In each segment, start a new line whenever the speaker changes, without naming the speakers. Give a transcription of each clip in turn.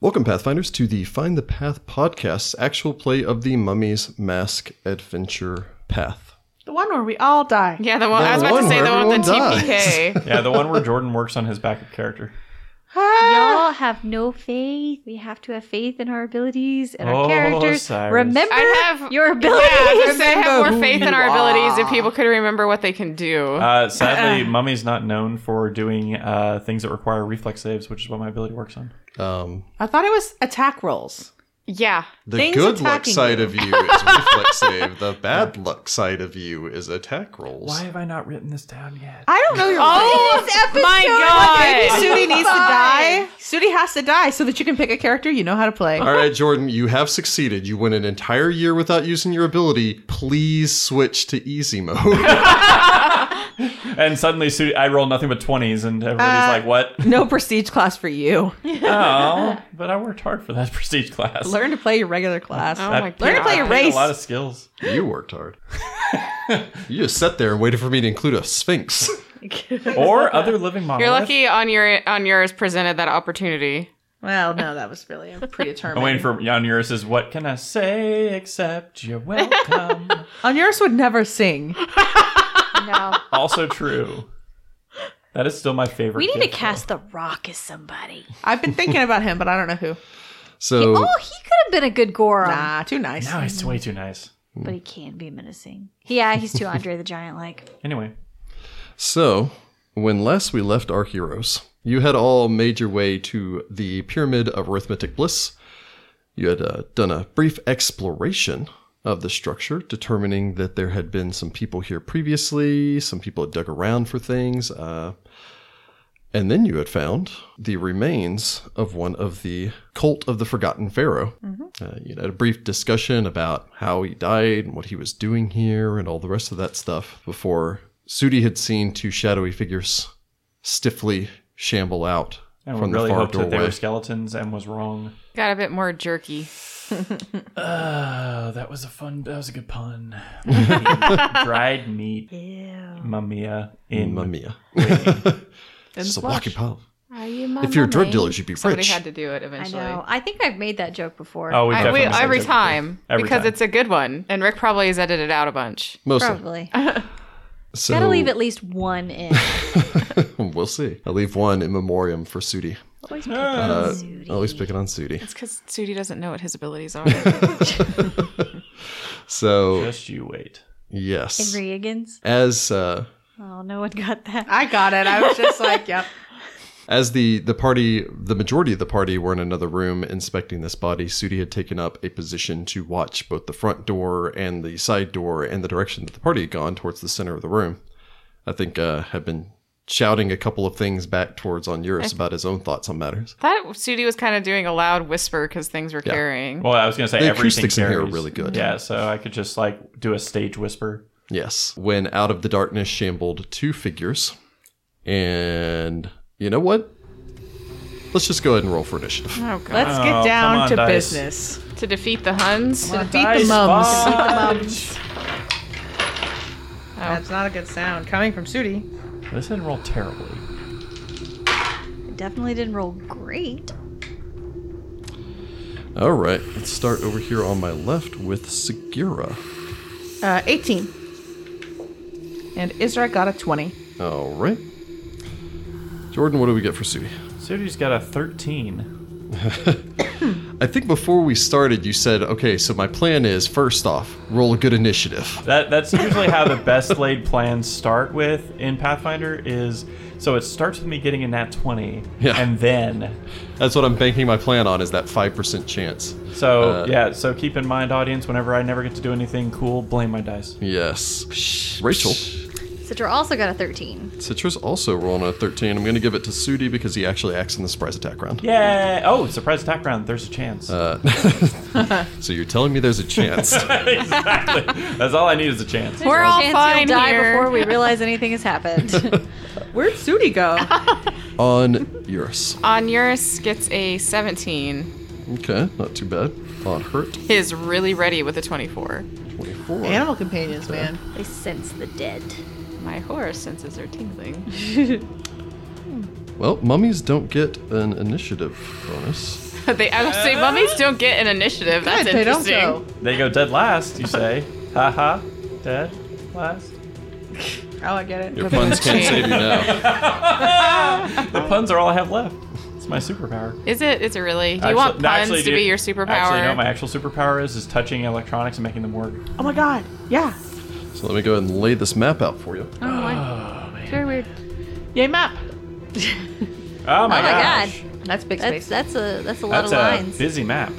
Welcome, Pathfinders, to the Find the Path podcast's actual play of the Mummy's Mask Adventure Path.
The one where we all die.
Yeah, the one
The
I was about
one
to say the
where
one with the
everyone
TPK.
Yeah, the one where Jordan works on his backup character.
Ah!
Y'all have no faith. We have to have faith in our abilities and our
Oh,
characters.
Cyrus.
Remember
I have-
your
Yeah,
abilities.
I was gonna say I have
who
more faith in
you
our abilities if
are.
people could remember what they can do.
Uh,
Uh-uh.
sadly, Mummy's not known for doing uh, things that require reflex saves, which is what my ability works on.
Um,
I thought it was attack rolls.
yeah.
the
Things
good luck
attacking
side
you.
of you is reflex save. The bad luck side of you is attack rolls.
have I not written this down yet?
I don't know your
Oh my god!
Sudi needs to die. Sudi has to die so that you can pick a character you know how to play.
All right, Jordan, you have succeeded. You went an entire year without using your ability. Please switch to easy mode.
And suddenly, Su- I roll nothing but twenties, and
Uh.
everybody's like, "What?
No prestige class for you.
oh, but I worked hard for that prestige class.
Learn to play your regular class.
Oh
I-
my
Learn to play
God.
your
I gained
race.
A lot of skills.
you worked hard. you just sat there and waited for me to include a sphinx.
or other living models.
You're lucky on your on yours presented that opportunity.
Well, no, that was really a predetermined.
I'm waiting for Jan Uris's "What can I say except you're welcome."
Onuris would never sing.
no.
also true. That is still my favorite.
We need to
gift,
cast the rock as somebody.
I've been thinking about him, but I don't know who.
So
Oh, he could have been a good Goron,
Nah, too nice.
though. No, it's way too nice.
but he can be menacing. Yeah, he's too Andre the Giant like.
Anyway,
So, when last we left our heroes, you had all made your way to the Pyramid of Arithmetic Bliss. You had uh, done a brief exploration of the structure, determining that there had been some people here previously, some people had dug around for things, uh, and then you had found the remains of one of the cult of the Forgotten Pharaoh. Uh, you had a brief discussion about how he died and what he was doing here and all the rest of that stuff before Sudi had seen two shadowy figures stiffly shamble out
and we
from
really
the far
hoped that they
doorway.
were skeletons and was wrong.
Got a bit more jerky.
Oh, that was a fun. That was a good pun. Dried meat, mumia in
Mamiya.
And
It's a
flush.
walkie pub.
Are you my
If you're a drug dealer, you'd be
Somebody
rich.
had to do it
I
eventually.
know. I think I've made that joke before.
Oh, we
I,
definitely
we,
said
every
that
time
before. Every
because
time.
it's a good one, and Rick probably has edited out a bunch.
Mostly.
probably.
So,
Gotta leave at least one in.
We'll see. I'll leave one in memoriam for Sudi.
Always pick on
Uh,
Zooty.
Always picking on Sudi.
It's because Sudi doesn't know what his abilities are.
So,
Just you wait.
yes.
Henry Higgins.
As uh,
Oh, no one got that.
I got it. I was just like, yep.
As the, the party, the majority of the party were in another room inspecting this body, Sudi had taken up a position to watch both the front door and the side door and the direction that the party had gone towards the center of the room. I think uh, had been shouting a couple of things back towards Onuris about his own thoughts on matters.
Thought Sudi was kind of doing a loud whisper because things were carrying.
Well, I was gonna say
The
everything
acoustics in here are
carries.
really good.
Yeah, so I could just like do a stage whisper.
Yes. When out of the darkness shambled two figures. And you know what? Let's just go ahead and roll for initiative.
Oh god!
Let's
Oh,
get
come
down
on,
to
dice.
business.
to defeat the Huns.
Beat the
Dice
mums.
fudge.
That's not a good sound coming from Sudi.
This didn't roll terribly.
Definitely didn't roll great.
All right. Let's start over here on my left with Segura.
Uh, 18. And Isra got a 20.
All right. Jordan, what do we get for Sudi?
Sudi's got a thirteen.
I think before we started, you said, okay, so my plan is first off, roll a good initiative.
That that's usually how the best laid plans start with in Pathfinder is so it starts with me getting a nat twenty
Yeah.
and then
That's what I'm banking my plan on, is that 5% chance.
So
Uh,
yeah, so keep in mind, audience. Whenever I never get to do anything cool, blame my dice.
Yes. Rachel,
Citra also got a 13.
Citra's also rolling a 13. I'm going to give it to Sudi because he actually acts in the surprise attack round.
Yay! Oh, surprise attack round. There's a chance.
Uh. So you're telling me there's a chance.
exactly. That's all I need is a chance.
We're all
Chance
fine
you'll die
here.
before we realize anything has happened.
Where'd Sudi go?
on Eurus.
Onuris gets a 17.
Okay, not too bad. On Hurt,
Is really ready with a 24.
24.
Animal companions, man.
they sense the dead.
My horror senses are tingling.
Well, mummies don't get an initiative bonus.
they, I would say mummies don't get an initiative. That's
Good, they don't
interesting.
go.
They go dead last, you say. ha ha. Dead last.
Oh, I get it.
Your puns can't save you now.
Um,
The puns are all I have left. It's my superpower.
Is it? Is it really? Do you
Actually-
want puns
no, actually,
to
dude,
be your superpower?
Actually, no. My actual superpower is is touching electronics and making them work.
Oh my god. Yeah.
So let me go ahead and lay this map out for you.
Oh, my. It's very weird.
Yay, map.
Oh my,
Oh my
gosh.
god.
That's big
That's
space.
that's a that's a lot
That's
of
a
lines.
busy map.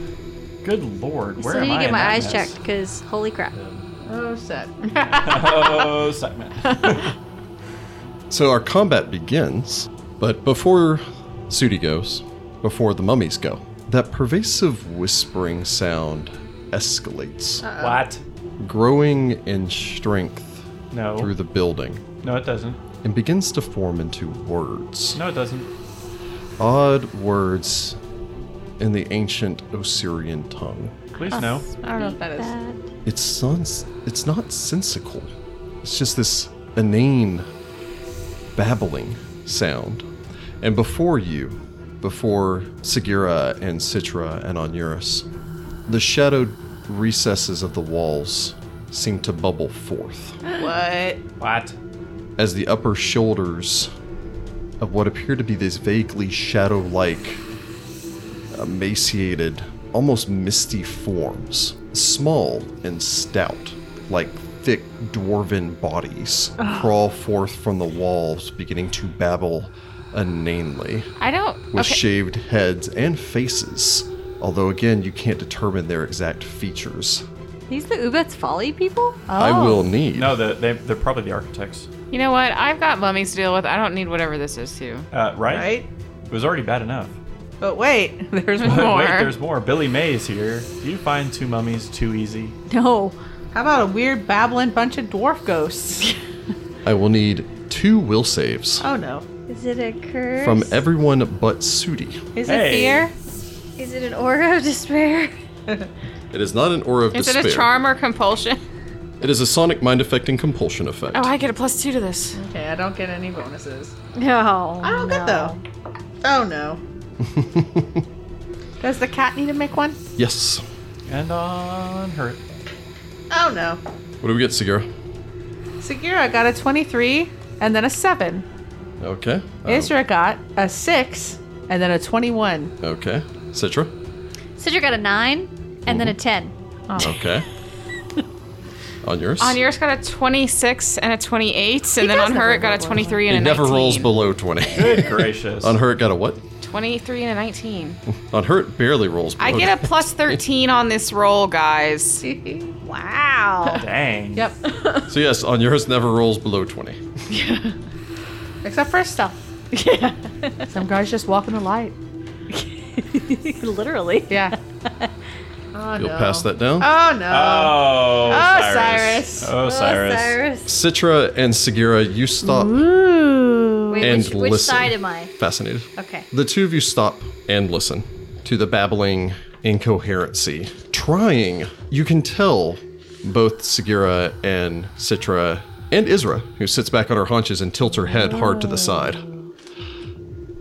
Good lord, where
Still
am
need to
I
get
in
my
that
eyes
mess?
checked because holy crap.
oh, set.
oh, segment.
So our combat begins, but before Sudi goes, before the mummies go, that pervasive whispering sound escalates,
What?
growing in strength
No.
through the building,
No, it doesn't.
and begins to form into words.
No, it doesn't.
Odd words in the ancient Osirian tongue.
Please no.
I don't know what that is.
It sounds it's not sensical. It's just this inane babbling sound. And before you, before Segura and Citra and Onuris, the shadowed recesses of the walls seem to bubble forth
What?
What?
as the upper shoulders of what appear to be these vaguely shadow like, emaciated, almost misty forms, small and stout, like thick dwarven bodies, crawl forth from the walls, beginning to babble inanely
I don't.
with
Okay.
shaved heads and faces. Although, again, you can't determine their exact features.
These the Ubet's Folly people?
I will need.
No, the, they, they're probably the architects.
You know what? I've got mummies to deal with. I don't need whatever this is to.
Uh, right?
Right?
It was already bad enough.
But wait, there's more.
More.
Wait, there's more. Billy May is here. Do you find two mummies too easy?
No.
How about a weird babbling bunch of dwarf ghosts?
I will need two will saves
oh no.
Is it a curse?
from everyone but Sudi.
Is
Hey.
it fear?
Is it an aura of despair?
It is not an aura of
Is
despair.
it a charm or compulsion?
It is a sonic mind affecting compulsion effect.
Oh, I get a plus two to this.
Okay, I don't get any bonuses.
No.
I don't get though. Oh no. Does the cat need to make one?
yes.
And on her.
Oh no.
What do we get, Segura?
Segura got a 23 and then a 7.
Okay. Um,
Isra got a 6 and then a 21.
Okay. Citra.
Citra got a nine and then a ten.
Mm-hmm.
Okay. on yours.
Oh. On yours got a 26 and a 28, and then
does
on her
never
it got a 23 and
it
a
never
19.
rolls below twenty.
Good gracious.
on her, it got a what?
23 and a 19.
On her, it barely rolls. Below
I get a plus 13 on this roll, guys.
Wow.
Dang.
Yep.
a. So yes, on yours never rolls below twenty.
Except for stuff. Some guys just walk in the light.
Literally.
Yeah. oh,
You'll pass that down.
Oh no.
Oh,
Cyrus.
Oh, Cyrus.
Citra and Segura, you stop
Wait,
and
which, which
listen.
side am I?
Fascinated.
Okay.
The two of you stop and listen to the babbling incoherency. Trying, you can tell both Segura and Citra and Isra, who sits back on her haunches and tilts her head hard to the side,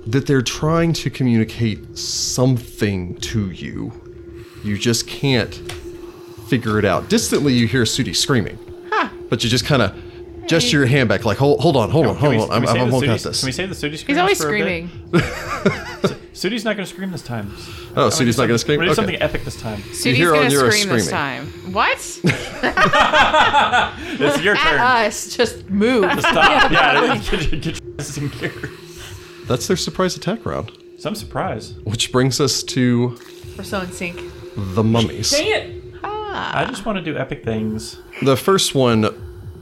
that they're trying to communicate something to you. You just can't figure it out. Distantly, you hear Sudi screaming, but you just kind of gesture your hand back, like, hold, hold on, hold on,
Can
hold
we,
on.
can
I'm,
we save
I'm, I'm
the
won't cut
Sudi-
this.
Can we save the Sudi scream?
He's always screaming.
Sudi's not going to scream this time.
Oh, Sudi's not going to scream?
We're going to do
Okay.
something epic this time.
Sudi's
hear
gonna
on
scream
yours
this
screaming.
time. What?
It's your turn.
us. Uh, Just move.
Stop. yeah, get your, get your ass in gear.
That's their surprise attack round.
Some surprise.
Which brings us to
We're so in sync.
the mummies.
I just want to do epic things.
The first one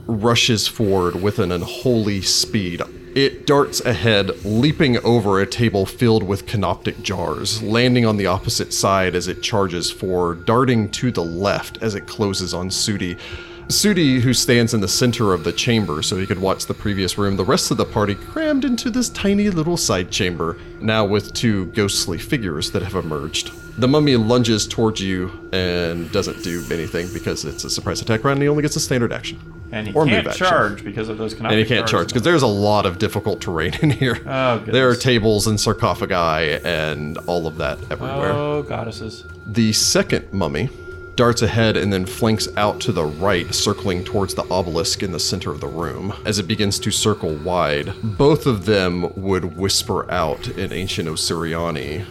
rushes forward with an unholy speed. It darts ahead, leaping over a table filled with canoptic jars, landing on the opposite side as it charges for, darting to the left as it closes on Sudi. Sudi, who stands in the center of the chamber so he could watch the previous room, the rest of the party crammed into this tiny little side chamber, now with two ghostly figures that have emerged. The mummy lunges towards you and doesn't do anything because it's a surprise attack round and he only gets a standard action.
And he
Or move
can't
action.
charge because of those canopic
and you can't charge
guards.
because there's a lot of difficult terrain in here.
Oh, goodness.
there are tables and sarcophagi and all of that everywhere.
Oh, goddesses.
The second mummy darts ahead and then flanks out to the right, circling towards the obelisk in the center of the room. As it begins to circle wide, both of them would whisper out in ancient Osiriani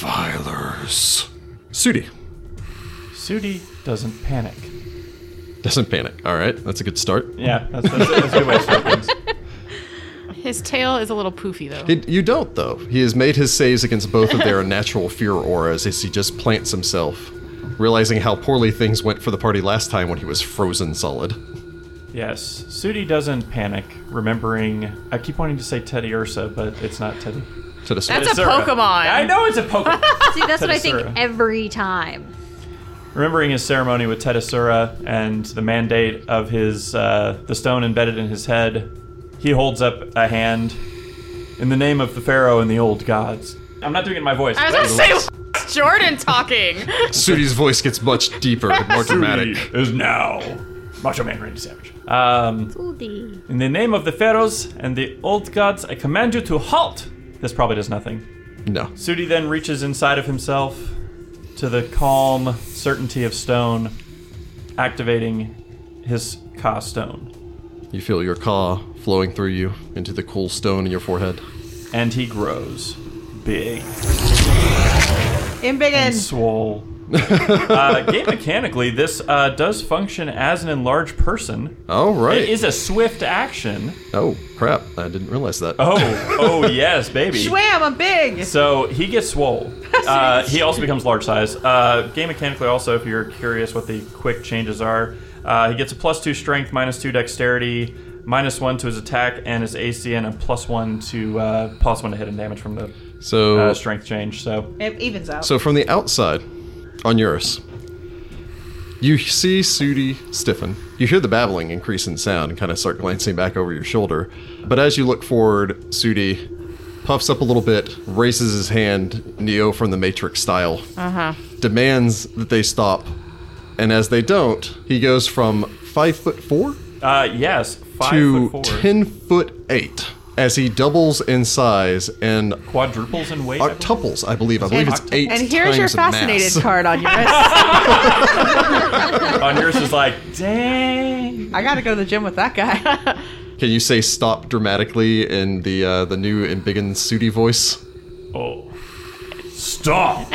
Defilers. Sudi
Sudi doesn't panic.
doesn't panic. All right, that's a good start.
Yeah, that's, that's, that's a good way to start things.
His tail is a little poofy though.
It, you don't, though. He has made his saves against both of their natural fear auras as he just plants himself, realizing how poorly things went for the party last time when he was frozen solid.
Yes, Sudi doesn't panic, remembering. I keep wanting to say Teddy Ursa, but it's not Teddy.
To the
That's
It's
a
Sura.
Pokemon.
I know it's a Pokemon.
See, that's what I think
Tadasura.
every time.
remembering his ceremony with Tedasura and the mandate of his uh, the stone embedded in his head, he holds up a hand in the name of the pharaoh and the old gods. I'm not doing it in my voice.
I was gonna say "What's Jordan talking.
Sudi's voice gets much deeper and more dramatic.
is now Macho Man Randy Savage. Um,
Goldie.
in the name of the pharaohs and the old gods, I command you to halt. This probably does nothing.
No.
Sudi then reaches inside of himself to the calm certainty of stone, activating his Ka stone.
You feel your ka flowing through you into the cool stone in your forehead.
and he grows big and
Imbiggen.
swole. uh, game mechanically, this uh, does function as an enlarged person.
All right.
It is a swift action.
oh, crap. I didn't realize that.
Oh, oh yes, baby.
Schwam, I'm big.
So he gets swole. Uh, he also becomes large size. Uh, game mechanically, also, if you're curious what the quick changes are, uh, he gets a plus two strength, minus two dexterity, minus one to his attack and his AC, and a plus one to uh, plus one to hit and damage from the
so,
uh, strength change. So
It evens out.
so from the outside on Eurus, you see Sudi stiffen. You hear the babbling increase in sound and kind of start glancing back over your shoulder. But as you look forward, Sudi puffs up a little bit, raises his hand, Neo from the Matrix style,
Uh-huh.
demands that they stop. And as they don't, he goes from five foot four
Uh, yes, five
to
foot four.
10 foot 8 as he doubles in size and
quadruples in weight. I believe.
octuples, I believe. I believe it's 8
and here's your
times
fascinated
mass.
card on your wrist.
On yours is like, dang.
I gotta go to the gym with that guy.
Can you say stop dramatically in the uh, the new Embiggen Sudi voice?
Oh, stop.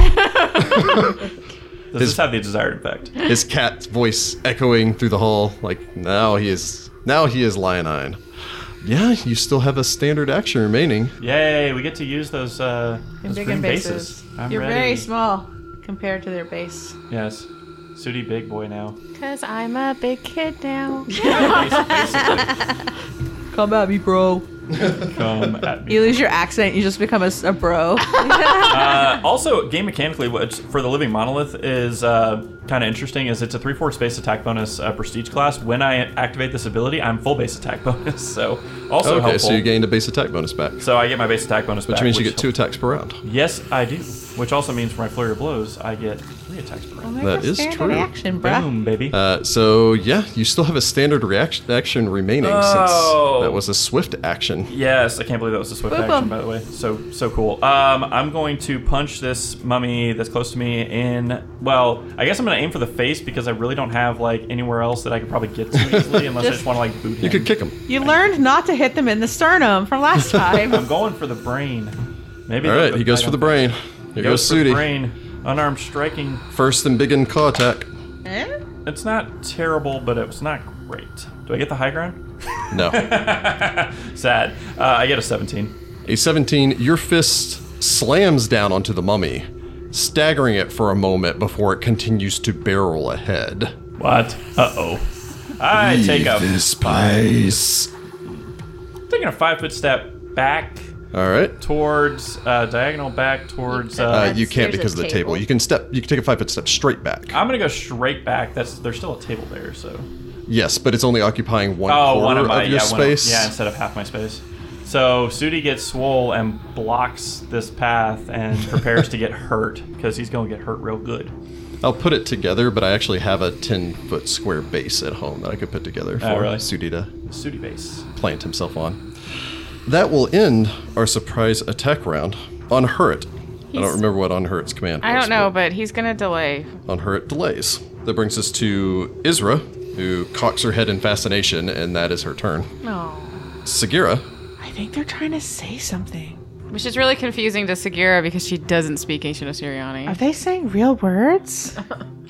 Does this have the desired effect?
His cat's voice echoing through the hall like now he is now he is lionine. Yeah, you still have a standard action remaining.
Yay! We get to use those uh, those
big
green
and
bases. I'm
You're
ready.
very small compared to their base.
Yes, Sudi, big boy now.
Because I'm a big kid now.
Come at me, bro.
Come at me.
You lose your accent, you just become a, s- a bro.
Uh, also, game mechanically, which for the living monolith is uh, kind of interesting, is it's a three four space attack bonus uh, prestige class. When I activate this ability, I'm full base attack bonus. So also
okay,
helpful.
so you gained a base attack bonus back, which
So I get my base attack bonus, back,
means you
which
get two attacks per round.
Yes, I do. Which also means for my flurry of blows, I get three attacks per round.
That is true.
Action, bruh.
Boom, baby.
Uh, so yeah, you still have a standard reaction action remaining
Oh.
since that was a swift action.
yes, I can't believe that was a swift
Boop,
action,
boom.
by the way. So so cool. Um, I'm going to punch this mummy that's close to me in. Well, I guess I'm going to aim for the face because I really don't have like anywhere else that I could probably get to easily, unless I just want to like boot him.
You could kick him.
You learned not to hit them in the sternum from last
I'm
time.
going for the brain. Maybe.
All right, he goes
I
for the
don't-
brain. Here goes,
Goes for the
Sudi.
brain. Unarmed striking.
First and big and claw attack.
Eh?
It's not terrible, but it was not great. Do I get the high ground?
No.
Sad. Uh, I get a 17.
a 17, your fist slams down onto the mummy, staggering it for a moment before it continues to barrel ahead.
What? Uh oh. I take a
this place.
taking a five foot step back
All right.
towards uh, diagonal back towards.
Uh,
Uh,
you
That's-
can't
there's a
because of the table.
table.
You can step. You can take a five foot step straight back.
I'm gonna go straight back. That's there's still a table there, so.
Yes, but it's only occupying one
Oh,
quarter
one of my
your
yeah, one of-
space.
yeah, instead of half my space. So Sudi gets swole and blocks this path and prepares to get hurt because he's gonna get hurt real good.
I'll put it together, but I actually have a 10 foot square base at home that I could put together for
Oh, really?
Sudi to
Sudi base.
plant himself on. That will end our surprise attack round on Hurt. I don't
He's-
remember what on Hurt's command
I
was,
don't know, but he's gonna delay.
on her it delays. That brings us to Isra, who cocks her head in fascination, and that is her turn.
No.
Sagira,
I think they're trying to say something.
Which is really confusing to Sagira because she doesn't speak ancient
Are
Osiriani.
they saying real words?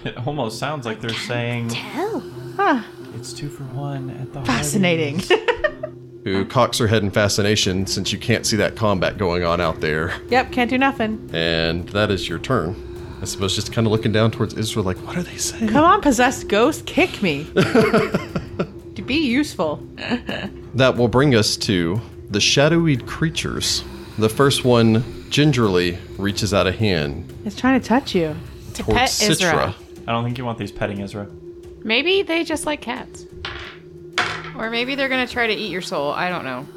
It almost sounds like they're saying
Hell.
Huh.
it's two for one at the
Fascinating.
Hardee's."
who cocks her head in fascination since you can't see that combat going on out there.
yep, can't do nothing.
And that is your turn. I suppose just kind of looking down towards Isra, like, what are they saying?
Come on, possessed ghost, kick me. to be useful.
That will bring us to the shadowy creatures. The first one gingerly reaches out a hand
It's trying to touch you.
To
towards
pet
Citra.
Isra.
I don't think you want these petting Ezra.
Maybe they just like cats. Or maybe they're gonna try to eat your soul. I don't know.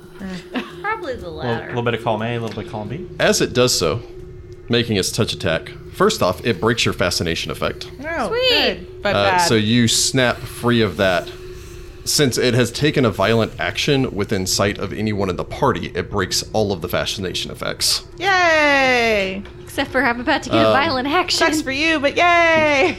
Probably
A
the
little,
latter.
little bit of column A, a little bit of column B.
As it does so, making its touch attack, first off, it breaks your fascination effect.
Oh,
Sweet.
good, but
Uh,
bad.
so you snap free of that. Since it has taken a violent action within sight of anyone in the party, it breaks all of the fascination effects.
yay!
Except for I'm about to get a
Uh,
violent action.
Sucks for you, but yay!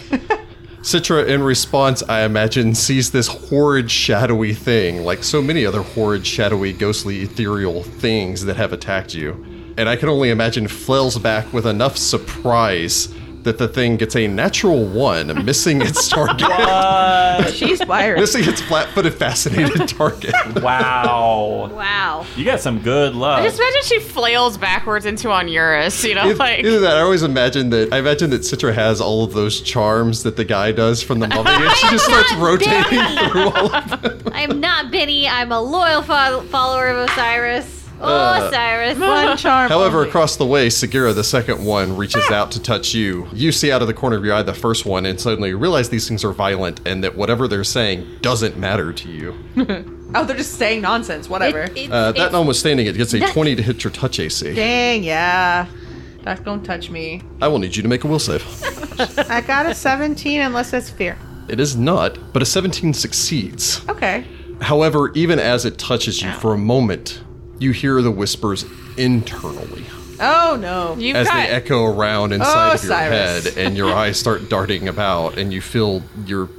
Citra, in response, I imagine, sees this horrid, shadowy thing, like so many other horrid, shadowy, ghostly, ethereal things that have attacked you. And I can only imagine flails back with enough surprise that the thing gets a natural one, missing its target,
Uh,
She's fired.
missing its flat-footed, fascinated target.
Oh Wow.
Wow.
you got some good luck.
Just imagine she flails backwards into Onuris, you know,
Either-
like
either that, I always imagine that. I imagine that Citra has all of those charms that the guy does from the mummy, and she just starts rotating through all of them.
I'm not Benny. I'm a loyal fo- follower of Osiris. Oh,
Uh,
Osiris.
One charm.
However,
only.
across the way, Sagira, the second one, reaches
Ah!
out to touch you. You see out of the corner of your eye the first one, and suddenly you realize these things are violent, and that whatever they're saying doesn't matter to you.
Oh, they're just saying nonsense. Whatever.
It- it-
Uh, that
Hmm. it's-
notwithstanding, it gets a
That-
twenty to hit your touch AC.
Dang, yeah. That's gonna touch me.
I will need you to make a will save.
I got a 17 unless it's fear.
It is not, but a seventeen succeeds.
Okay.
However, even as it touches you for a moment, you hear the whispers internally
Oh no.
you've
as
got
they echo around inside
Oh,
of your
Cyrus.
head, and your eyes start darting about, and you feel your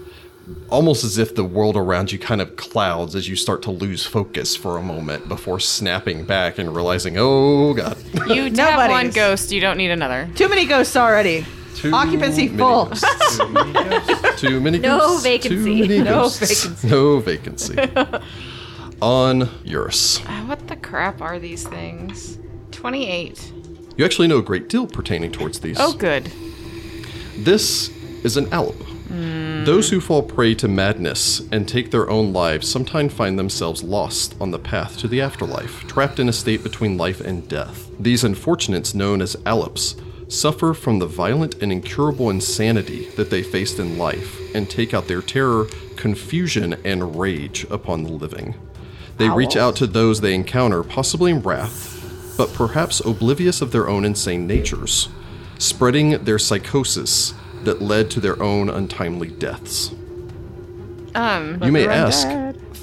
almost as if the world around you kind of clouds as you start to lose focus for a moment before snapping back and realizing, oh god,
you tap one
Nobody's.
ghost, you don't need another.
Too many ghosts already.
too
Occupancy
many
full.
ghosts, too many ghosts, too many
No
ghosts, too
vacancy.
many
No
ghosts,
vacancy.
no vacancy, on Eurus.
Uh, What the crap are these things? 28.
You actually know a great deal pertaining towards these.
Oh, good.
This is an alp. Those who fall prey to madness and take their own lives sometimes find themselves lost on the path to the afterlife, trapped in a state between life and death. These unfortunates, known as alps, suffer from the violent and incurable insanity that they faced in life and take out their terror, confusion, and rage upon the living. They reach out to those they encounter, possibly in wrath, but perhaps oblivious of their own insane natures, spreading their psychosis that led to their own untimely deaths.
Um,
you may ask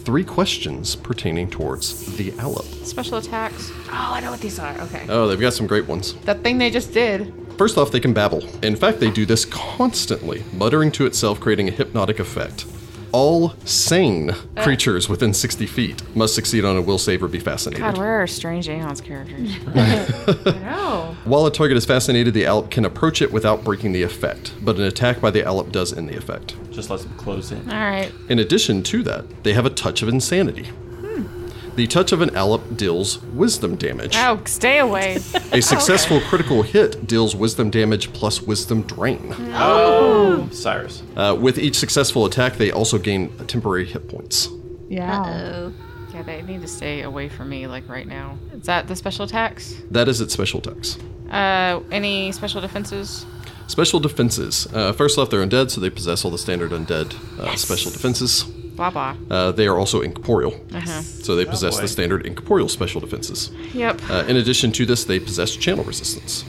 three questions pertaining towards the Alep.
special attacks.
Oh, I know what these are. Okay.
Oh, they've got some great ones.
That thing they just did.
First off, they can babble. In fact, they do this constantly, muttering to itself, creating a hypnotic effect. All sane
Uh.
creatures within 60 feet must succeed on a will save or be fascinated.
God, where are strange Aeon's characters?
Oh.
While a target is fascinated, the Alp can approach it without breaking the effect, but an attack by the Alp does end the effect.
Just lets them close in.
All right.
In addition to that, they have a touch of insanity. Hmm. The touch of an Alp deals wisdom damage.
Oh, stay away.
A successful critical hit deals wisdom damage plus wisdom drain.
Oh, Cyrus.
Uh, with each successful attack, they also gain temporary hit points.
Yeah.
Oh.
yeah, they need to stay away from me, like right now. Is that the special attacks?
That is its special attacks.
Uh, any special defenses?
Special defenses. Uh, first off, they're undead, so they possess all the standard undead uh, special defenses.
Blah blah.
Uh, they are also incorporeal,
Uh-huh.
so they possess
boy.
the standard incorporeal special defenses.
Yep.
Uh, in addition to this, they possess channel resistance.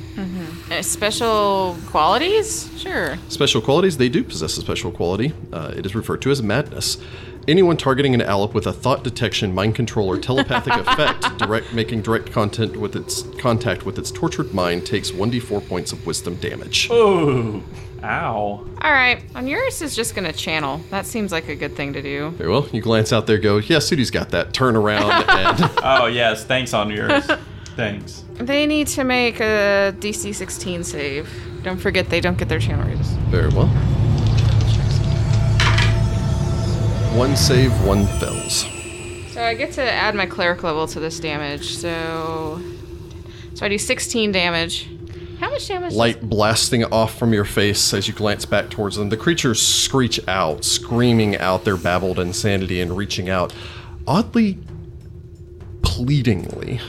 uh, special qualities? Sure.
Special qualities, they do possess a special quality. Uh, it is referred to as madness. Anyone targeting an Alep with a thought detection, mind control, or telepathic effect, direct making direct content with its contact with its tortured mind takes 1d4 points of wisdom damage.
Ooh. Ow.
All right. Onuris is just going to channel. That seems like a good thing to do.
Very well. You glance out there, go, yeah, Sudi's got that. Turn around and
Oh, yes. Thanks on yours. Thanks.
They need to make a DC 16 save. Don't forget they don't get their channel reads.
very well. One save, one fails.
So I get to add my cleric level to this damage. So so I do 16 damage. How much damage? does-
light blasting off from your face as you glance back towards them. The creatures screech out, screaming out their babbled insanity and reaching out, oddly pleadingly.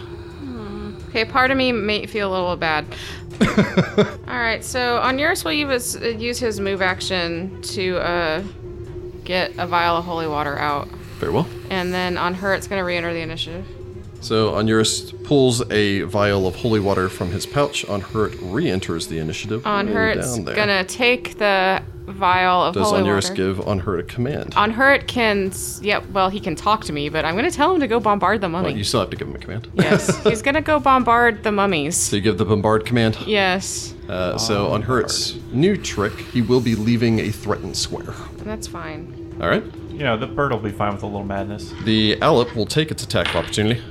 Okay, part of me may feel a little bad. All right. So Onuris will use his, uh, use his move action to uh, get a vial of holy water out,
Very well.
and then on her it's going to re-enter the initiative.
So Onuris pulls a vial of holy water from his pouch. On her, it re-enters the initiative.
On
way
her, it's
down there.
gonna take the vial of
Does
holy
Onuris
water.
give on her a command?
on her, it can. s- Yep. well, he can talk to me, but I'm gonna tell him to go bombard the mummy.
Well, you still have to give him a command.
yes, he's gonna go bombard the mummies.
So you give the bombard command.
Yes,
Uh, so on Hurt's new trick, he will be leaving a threatened square.
that's fine.
All right.
You know, the bird will be fine with a little madness.
The Alep will take its attack of opportunity.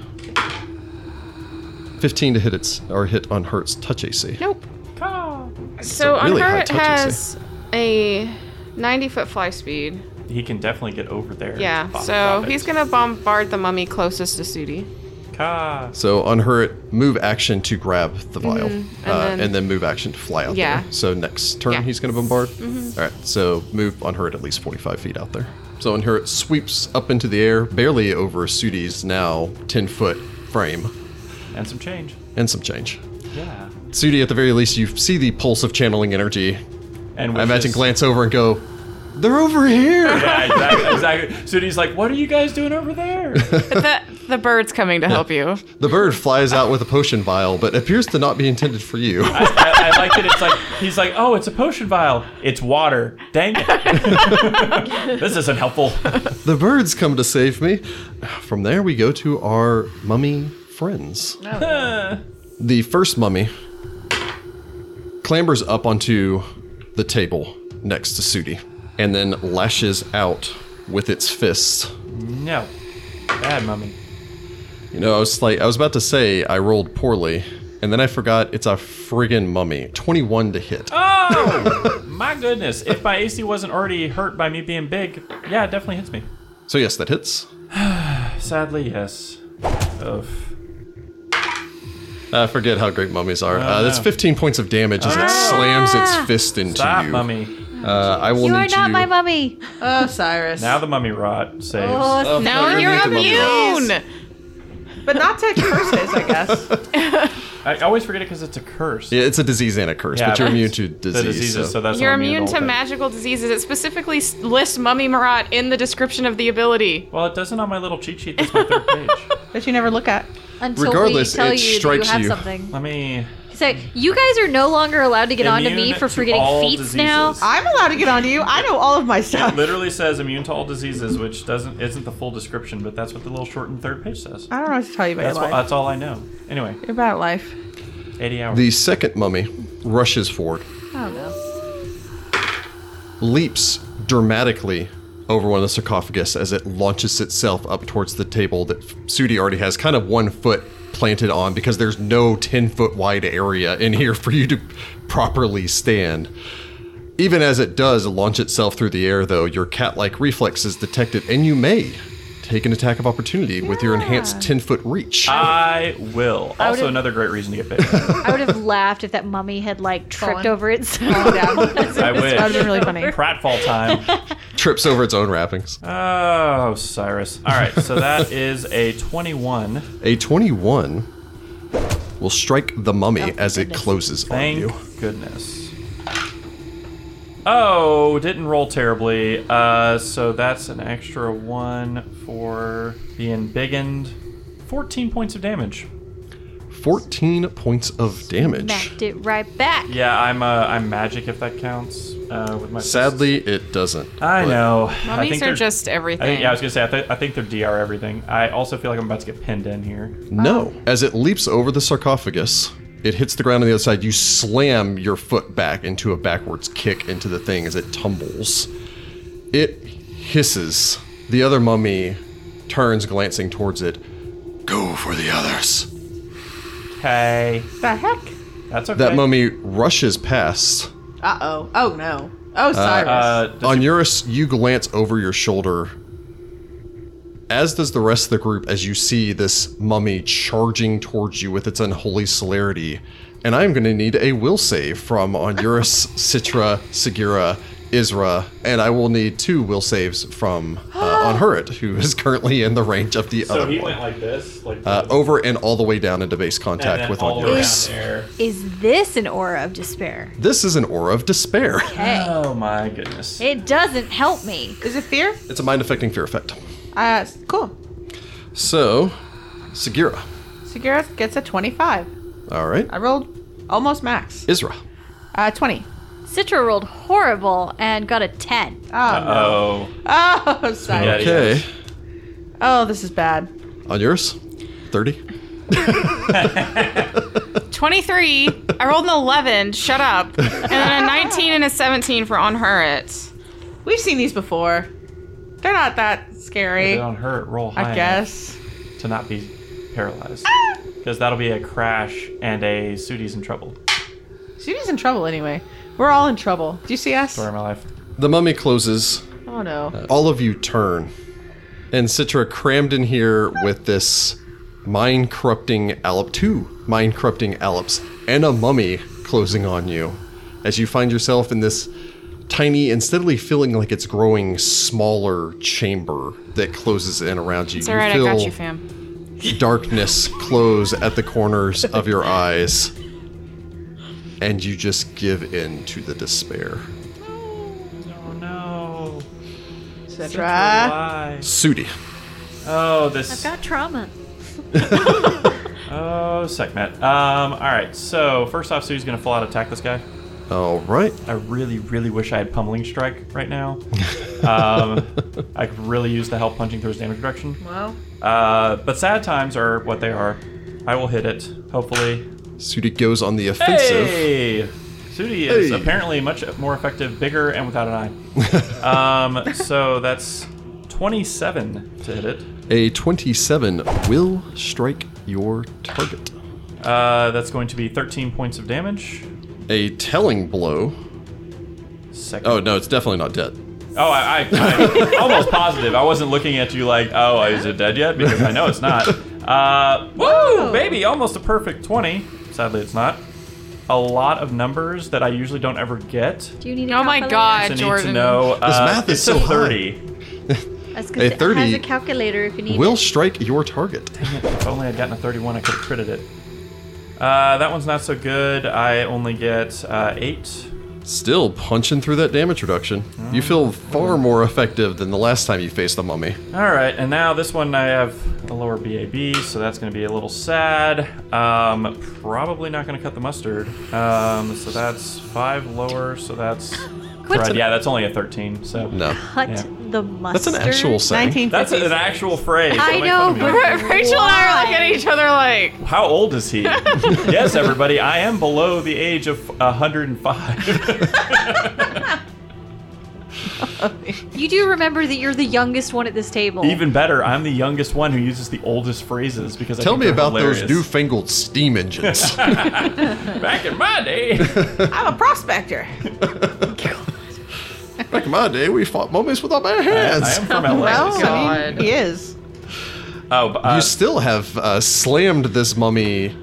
15 to hit its or hit on Hertz touch AC.
Nope.
a
So
really
on
high
her, it
touch, you
has a 90 foot fly speed.
He can definitely get over there.
Yeah.
Bop,
So
bop it.
he's gonna bombard the mummy closest to Sudi.
Ka.
So on her it- move action to grab the vial,
Mm-hmm. and
uh,
then-
and then move action to fly out
Yeah.
there. So next turn
Yeah. Mm-hmm.
he's going to bombard. All right. So move on her at least 45 feet out there. So on her it sweeps up into the air, barely over Sudi's now 10 foot frame,
And some change.
and some change.
Yeah.
Sudi, at the very least, you see the pulse of channeling energy.
And with
I imagine
his-
glance over and go, "They're over here."
Yeah, exactly. exactly. So he's like, "What are you guys doing over there?"
the the bird's coming to help you.
The bird flies out with a potion vial, but appears to not be intended for you.
I, I like it. It's like he's like, "Oh, it's a potion vial. It's water. Dang it! this isn't helpful."
the birds come to save me. From there, we go to our mummy friends. The first mummy clambers up onto the table next to Sudi and then lashes out with its fists.
no, bad mummy.
You know, I was like, I was about to say I rolled poorly, and then I forgot it's a friggin' mummy. 21 to hit.
Oh my goodness! If my AC wasn't already hurt by me being big, yeah, it definitely hits me.
So, yes, that hits.
Sadly, yes. Oof.
I Uh, forget how great mummies are. uh, that's
Oh, no. Ah.
15 points of damage as it slams its fist into
Stop,
you.
mummy.
Uh, I will
You are
need
not
you.
my mummy.
Oh, Cyrus.
Now the mummy rot saves.
Oh,
Oh,
no.
fuck,
No,
I
you're
need the mummy rot.
immune.
but not to curses, I guess.
I always forget it because it's a curse.
Yeah, it's a disease and a curse, but you're immune to
the
disease.
diseases,
so-
so that's
You're
what I'm
immune to
the whole thing.
magical diseases. It specifically s- lists Mummy Marat in the description of the ability.
Well, it doesn't on my little cheat sheet. That's my third page.
That you never look at.
Until
Regardless,
we tell
it
you
strikes
that
you.
you have something.
Let me.
So you guys are no longer allowed to get onto
Immune
me
to
for forgetting
all
feats now.
diseases.
I'm allowed to get onto you. I know all of my stuff.
literally says immune to all diseases, which doesn't isn't the full description, but that's what the little shortened third page says.
I don't know what to tell you about
That's
your
what,
life.
that's all I know. Anyway,
You're bad at life.
80 hours.
The second mummy rushes forward,
Oh no.
leaps dramatically over one of the sarcophagus as it launches itself up towards the table that Sudi already has kind of one foot planted on because there's no 10 foot wide area in here for you to properly stand. Even as it does launch itself through the air, though, your cat like reflex is detected and you may take an attack of opportunity with your enhanced 10 foot reach.
I will. Also,
would've-
another great reason to get big.
I would have laughed if that mummy had like tripped
Fallen.
over itself.
I
That would have been
wish.
really funny.
Pratfall time.
Trips over its own wrappings.
Oh, Cyrus. All right, so that is a 21.
A 21 will strike the mummy as it
goodness.
closes
Thank
on you.
goodness. Oh, didn't roll terribly. Uh, so that's an extra one for being biggened. 14 points of damage.
14 points of damage.
Smacked it right back.
Yeah, I'm uh, I'm magic if that counts uh, with my. fists.
Sadly, it doesn't.
I
but
know. I
Mummies
think
are
they're-
just
I
everything.
think, yeah, I was gonna say I, th- I think they're dr everything. I also feel like I'm about to get pinned in here.
No. As it leaps over the sarcophagus, it hits the ground on the other side. You slam your foot back into a backwards kick into the thing as it tumbles. It hisses. The other mummy turns, glancing towards it. Go for the others.
Okay,
The heck?
that's okay.
That mummy rushes past.
Uh oh. Oh no. Oh, Cyrus.
Uh, does
On
he-
Eurus, you glance over your shoulder, as does the rest of the group, as you see this mummy charging towards you with its unholy celerity. And I'm going to need a will save from on Eurus, Citra, Segura, Isra, and I will need two will saves from uh, on Hurrit, who is currently in the range of the
so
other
he
one.
went like this, like
uh, over and all the way down into base
and
contact
then
with
all
on
the way down
Eurus.
there.
Is this an aura of despair?
This is an aura of despair.
Hey,
Oh my goodness.
it doesn't help me.
Is it fear?
It's a mind affecting fear effect.
Uh, cool.
So, Segura.
Segura gets a 25.
All right.
I rolled almost max.
Isra.
Uh, 20.
Citra rolled horrible and got a 10.
Oh, no.
Oh,
Oh, Cyrus.
Spaghetti.
Okay.
Oh, this is bad.
On yours? 30.
23. I rolled an 11. Shut up. And then a 19 and a 17 for on her it.
We've seen these before. They're not that
it
scary,
don't hurt. Roll high.
I
enough
guess.
to not be paralyzed because that'll be a crash and a Sudi's in trouble.
Judy's in trouble anyway. We're all in trouble. Do you see us?
Story of my life.
The mummy closes.
Oh no.
All of you turn. And Citra crammed in here with this mind corrupting Alep, two mind corrupting Aleps, and a mummy closing on you as you find yourself in this tiny and steadily feeling like it's growing smaller chamber that closes in around you.
It's
You
alright, I got
feel-
you, fam.
darkness close at the corners of your eyes, and you just give in to the despair.
Oh no.
Citra.
Why?
Sudi.
Oh, this.
Got trauma.
Oh, Sekhmet. Um, alright, so first off, Sue's gonna full out attack this guy.
All right.
I really, really wish I had Pummeling Strike right now. um, I could really use the help punching through his damage reduction.
Well,
Uh, but sad times are what they are. I will hit it, hopefully.
Sudi goes on the offensive.
Hey! Sudi is
Hey.
apparently much more effective, bigger, and without an eye. um, so that's 27 to hit it.
A 27 will strike your target.
Uh, that's going to be 13 points of damage.
A telling blow.
Second.
Oh, no, it's definitely not dead.
Oh, I, I, I'm almost positive. I wasn't looking at you like, oh, is it dead yet? Because I know it's not. Uh, woo, baby, almost a perfect 20. Sadly, it's not. A lot of numbers that I usually don't ever get.
Do you need a
Oh my god,
calculator?
So need to
Jordan.
know. Uh,
math is
it's
so
a
high.
30.
I was gonna
A
say,
30
Has a calculator if you need
Will
it.
strike your target.
If only I'd gotten a 31, I could have critted it. Uh, that one's not so good. I only get uh, 8.
Still punching through that damage reduction. You feel far more effective than the last time you faced a mummy.
All right, and now this one I have a lower BAB, so that's going to be a little sad. Um, probably not going to cut the mustard. Um, so that's five lower, so that's. Right, yeah, that's only a 13. So
No.
Cut
Yeah.
the mustard.
That's an actual saying.
19.
that's an actual phrase.
I
Don't make fun
know,
of me.
but
Rachel and I are looking at
Why?
each other like,
How old is he? yes, everybody, I am below the age of 105.
You do remember that you're the youngest one at this table.
Even better, I'm the youngest one who uses the oldest phrases because I
Tell
think
me
they're
about those
hilarious.
newfangled steam engines.
Back in my day.
I'm a prospector.
Back in my day, we fought mummies with our bare hands.
I am from LA.
well,
so-
I mean,
God.
he is.
Oh, but, uh,
you still have uh, slammed this mummy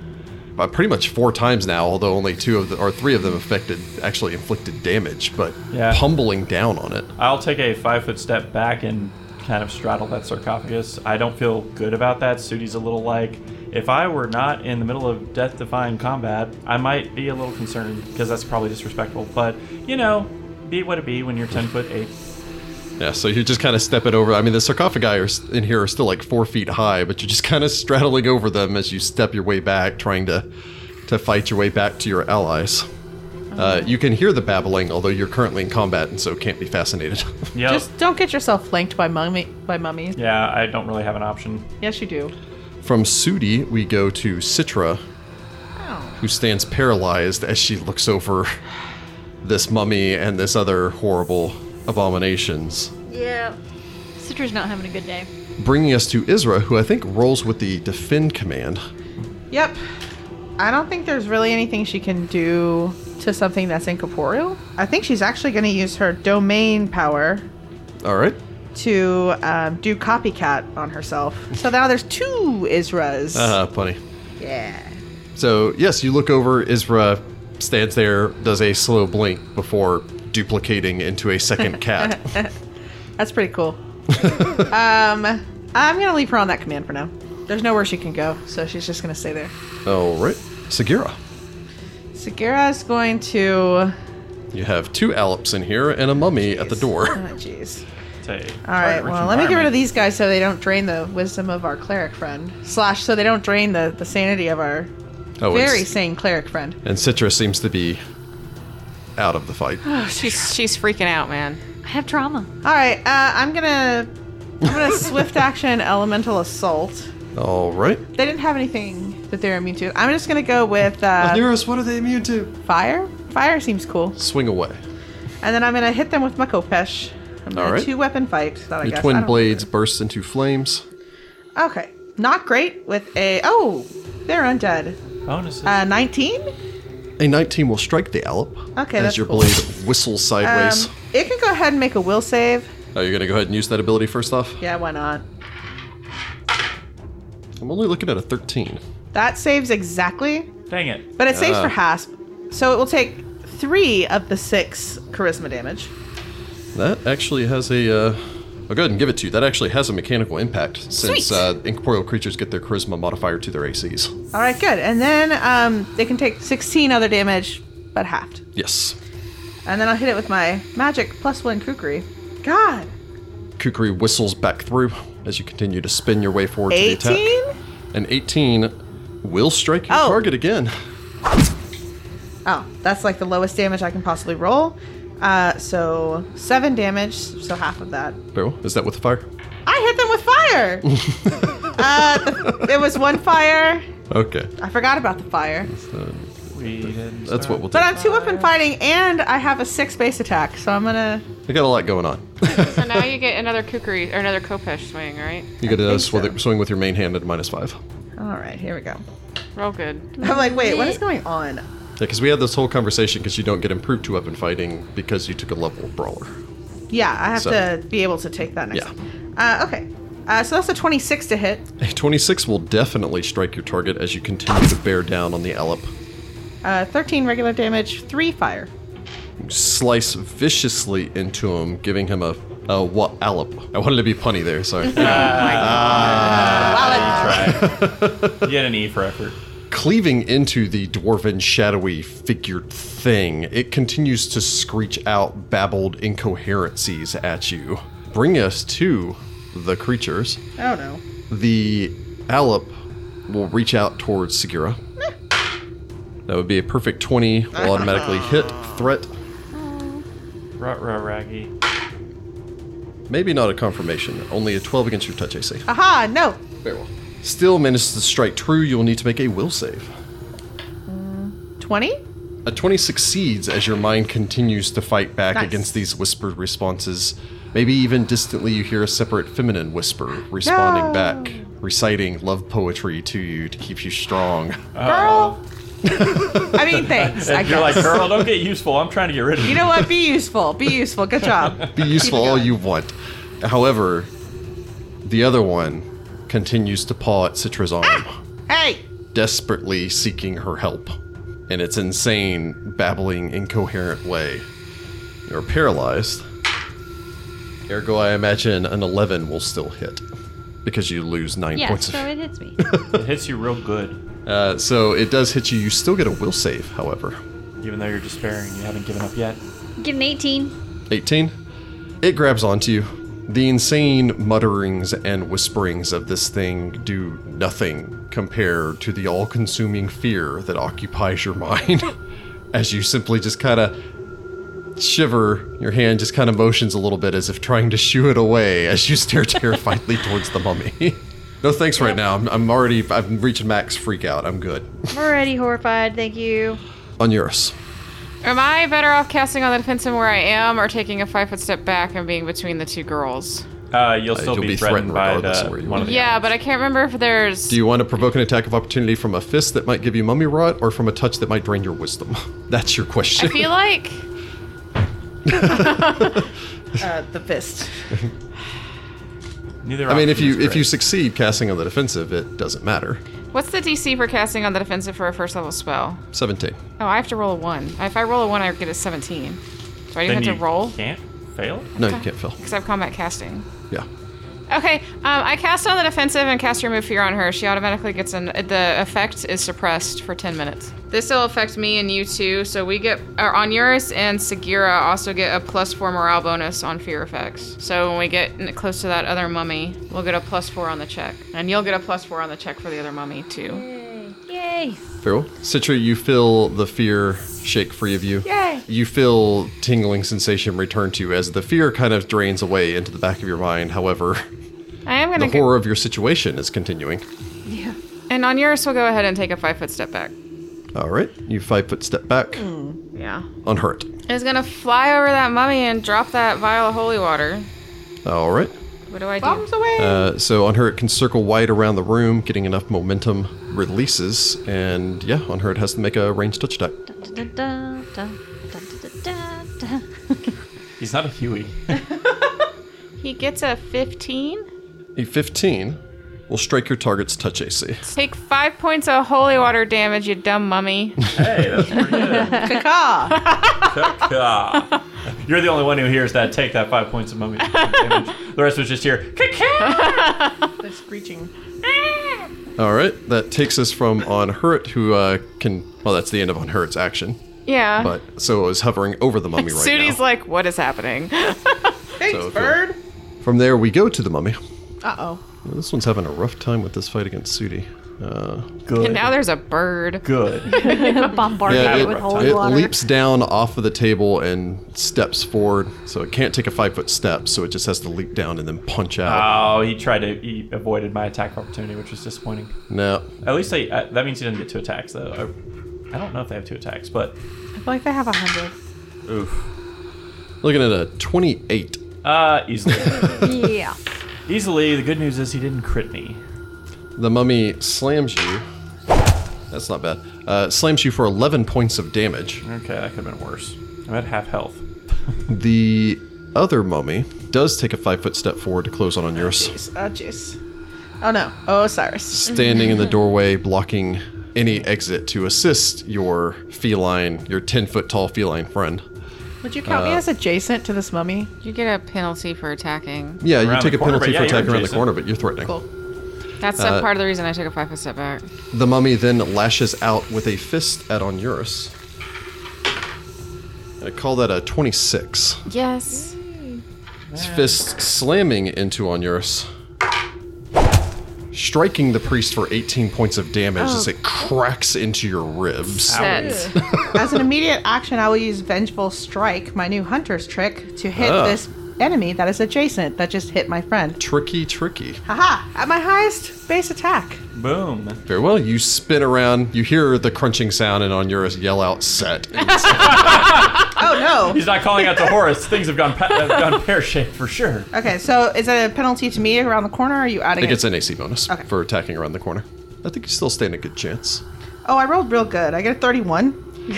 uh, pretty much four times now, although only two of the, or three of them affected actually inflicted damage, but
Yeah.
pummeling down on it.
I'll take a five foot step back and kind of straddle that sarcophagus. I don't feel good about that. Sudi's a little like, if I were not in the middle of death defying combat, I might be a little concerned because that's probably disrespectful. But, you know, be what it be when you're 10 foot 8.
Yeah, so you're just kind of stepping over. I mean, the sarcophagi are s- in here are still like four feet high, but you're just kind of straddling over them as you step your way back, trying to to fight your way back to your allies. Uh, you can hear the babbling, although you're currently in combat and so can't be fascinated.
Yep.
Just don't get yourself flanked by mummy by mummies.
yeah, I don't really have an option.
Yes, you do.
From Sudi, we go to Citra, who stands paralyzed as she looks over this mummy and this other horrible abominations.
Yeah. Citra's not having a good day.
Bringing us to Isra, who I think rolls with the defend command.
Yep. I don't think there's really anything she can do to something that's incorporeal. I think she's actually going to use her domain power
All right.
to um, do copycat on herself. So now there's two Isras.
Uh, funny.
Yeah.
So, yes, you look over, Isra stands there, does a slow blink before duplicating into a second cat.
That's pretty cool. um, I'm going to leave her on that command for now. There's nowhere she can go, so she's just going to stay there.
All right. Sagira,
Sagira's going to.
you have two Alps in here and a mummy at the
Oh,
door.
jeez.
It's a
All right.
target-rich
Well, let me get rid of
environment.
these guys so they don't drain the wisdom of our cleric friend. Slash, so they don't drain the, the sanity of our
Oh, it's-
very sane cleric friend.
And Citra seems to be out of the fight.
"Oh, She's she's freaking out, man.
I have trauma.
All right. Uh, I'm gonna I'm gonna swift action elemental assault.
All right.
They didn't have anything that they're immune to. I'm just gonna go with uh,
Nearest, what are they immune to?
fire. Fire seems cool.
Swing away.
And then I'm gonna hit them with my kopesh. I'm
All
gonna
right.
two weapon fight. That I
Your
guess. I
twin
don't-
blades burst into flames.
Okay. Not great with a oh they're undead.
bonuses.
Uh, 19.
A 19 will strike the Alp
Okay,
as
that's
your
cool.
blade whistles sideways.
Um, it can go ahead and make a will save.
Are you going to go ahead and use that ability first off?
Yeah, why not?
I'm only looking at a 13.
That saves exactly,
Dang it.
but it saves
Ah.
for Hasp. So it will take three of the six charisma damage.
That actually has a. Uh, I'll go ahead and give it to you. That actually has a mechanical impact since
Sweet.
uh, incorporeal creatures get their charisma modifier to their ACs.
All right, good. And then um, they can take 16 other damage, but halved.
Yes.
And then I'll hit it with my magic plus one kukri. God,
Kukri whistles back through as you continue to spin your way forward to the
18?
attack. An 18 will strike your
Oh.
target again.
Oh, that's like the lowest damage I can possibly roll. Uh, so seven damage, so half of that.
Barrel, is that with the fire?
I hit them with fire. uh, th- there was one fire.
Okay.
I forgot about the fire.
We didn't
That's what
start.
we'll do.
But I'm two weapon fighting, and I have a six base attack, so I'm gonna.
I got a lot going on.
So now you get another kukri or another kopesh swing, right?
You got to
think
swing,
so.
swing with your main hand at minus five.
All right, here we go.
Real good.
I'm like, wait, what is going on?
Yeah, because we had this whole conversation because you don't get improved to weapon fighting because you took a level of brawler.
Yeah, I have
So-
to be able to take that next.
Yeah.
Uh, okay. Uh, so that's a 26 to hit.
A 26 will definitely strike your target as you continue to bear down on the Alep.
Uh, 13 regular damage, three fire.
Slice viciously into him, giving him a, a what Alep. I wanted to be punny there, sorry.
Try. you had an E for effort.
cleaving into the dwarven shadowy figured thing it continues to screech out babbled incoherencies at you bring us to the creatures
Oh no.
the alep will reach out towards segura that would be a perfect 20 will automatically hit threat
Rut rah raggy.
maybe not a confirmation only a 12 against your touch ac
Aha, no.
very well still manages to strike true you'll need to make a will save
20?
A 20 succeeds as your mind continues to fight back
Nice.
against these whispered responses. Maybe even distantly, you hear a separate feminine whisper responding
No.
back, reciting love poetry to you to keep you strong.
Girl. I mean, thanks. I
And you're
guess.
like, girl, don't get useful. I'm trying to get rid of you.
you know what? Be useful. Be useful. Good job.
Be useful all you want. However, the other one continues to paw at Citra's arm,
Ah! Hey.
desperately seeking her help in its insane, babbling, incoherent way. You're paralyzed. Ergo, I imagine an 11 will still hit because you lose 9
Yeah,
points. of-
so it hits me.
it hits you real good.
uh, so it does hit you. You still get a will save, however.
Even though you're despairing, you haven't given up yet.
Get an 18.
18? It grabs onto you. The insane mutterings and whisperings of this thing do nothing compared to the all consuming fear that occupies your mind as you simply just kind of shiver. Your hand just kind of motions a little bit as if trying to shoo it away as you stare terrifiedly towards the mummy. no thanks right now. I'm, I'm already, I'm reaching max freak out. I'm good.
I'm already horrified. Thank you.
On Eurus.
Am I better off casting on the defensive where I am, or taking a five foot step back and being between the two girls?
Uh, you'll still
you'll
be,
be
threatened,
threatened
by
regardless
the,
of where you
one
are.
of the
Yeah, but I can't remember if there's.
Do you want to provoke an attack of opportunity from a fist that might give you mummy rot or from a touch that might drain your wisdom? That's your
I
question.
feel like
Uh, the fist.
Neither
I mean, if
option
you
is
if you
great.
succeed casting on the defensive, it doesn't matter.
what's the DC for casting on the defensive for a first level spell?
17.
Oh, I have to roll a one. If I roll a one, I get a seventeen. Do I even
then
have to
you
roll?
can't fail.
No, you can't fail.
Because I have combat casting.
Yeah.
Okay, um, I cast on the defensive and cast remove fear on her. She automatically gets an. The effect is suppressed for 10 minutes. This will affect me and you too. So we get. Or Onuris and Sagira also get a plus four morale bonus on fear effects. So when we get n- close to that other mummy, we'll get a plus four on the check. And you'll get a plus four on the check for the other mummy too.
Yay.
Farewell. Citra, you feel the fear shake free of you.
Yay.
You feel tingling sensation return to you as the fear kind of drains away into the back of your mind. However,
I am
the
going to.
horror of your situation is continuing.
And Onuris will go ahead and take a five foot step back.
All right. You five foot step back,
Hmm. Yeah.
unhurt.
Is going to fly over that mummy and drop that vial of holy water.
All right.
What do I do?
Bombs away.
Uh, so on her, it can circle wide around the room, getting enough momentum, releases, and yeah, on her, it has to make a ranged touch attack.
Dun, dun, dun, dun, dun, dun, dun, dun, dun.
He's not a Huey.
He gets a 15.
A 15 will strike your target's touch AC.
Take five points of holy water damage, you dumb mummy.
hey, that's pretty good.
Caw.
Ka-ka. You're the only one who hears that. Take that five points of mummy damage. The rest was just here.
the screeching.
All right, that takes us from on Hurt, who uh, can. Well, that's the end of on Hurt's action.
Yeah.
But so it was hovering over the mummy right
Sudi's
now.
like, what is happening?
Thanks,
if you're-
bird.
From there, we go to the mummy.
Uh oh.
Well, this one's having a rough time with this fight against Sudi. Uh,
and
Good.
now there's a bird.
Good.
Bombarded
yeah,
it
it,
with holy
it
water.
leaps down off of the table and steps forward. So it can't take a five foot step, so it just has to leap down and then punch out.
Oh, he tried to. He avoided my attack opportunity, which was disappointing.
no,
At least I, I, that means he didn't get two attacks, though. I, I don't know if they have two attacks, but
I feel like they have a hundred.
oof.
Looking at a 28.
Uh, easily.
yeah.
easily. The good news is he didn't crit me.
The mummy slams you. That's not bad. Uh, slams you for 11 points of damage.
Okay, that could have been worse. I'm at half health.
The other mummy does take a five foot step forward to close on on yours,
Jeez. Oh, jeez. Oh no. Oh, Osiris.
standing in the doorway, blocking any exit to assist your feline, your 10 foot tall feline friend.
Would you
Uh,
count me as adjacent to this mummy?
You get a penalty for attacking.
Yeah,
Around
you take
the
a
corner,
penalty
but yeah,
for
you're
attacking around the
adjacent.
corner, but you're threatening.
Cool.
That's uh, part of the reason I took a five foot step back.
The mummy then lashes out with a fist at Onuris. I call that a 26.
Yes.
His fist slamming into Onuris, striking the priest for 18 points of damage as it cracks into your ribs.
Set.
As an immediate action, I will use Vengeful Strike, my new hunter's trick, to hit
Ah.
this enemy that is adjacent that just hit my friend.
Tricky, tricky.
Haha! At my highest base attack.
Boom.
Very well. You spin around. You hear the crunching sound, and Onuris yell out, "Set!"
Oh
He's not calling out to Horus. Things have gone pa- have gone pear shaped for sure.
no! Okay, so is it a penalty to me around the corner? Or are you adding
It
it?
gets an AC bonus
Okay.
for attacking around the corner. I think you still stand a good chance.
Oh, I rolled real good. I get a 31.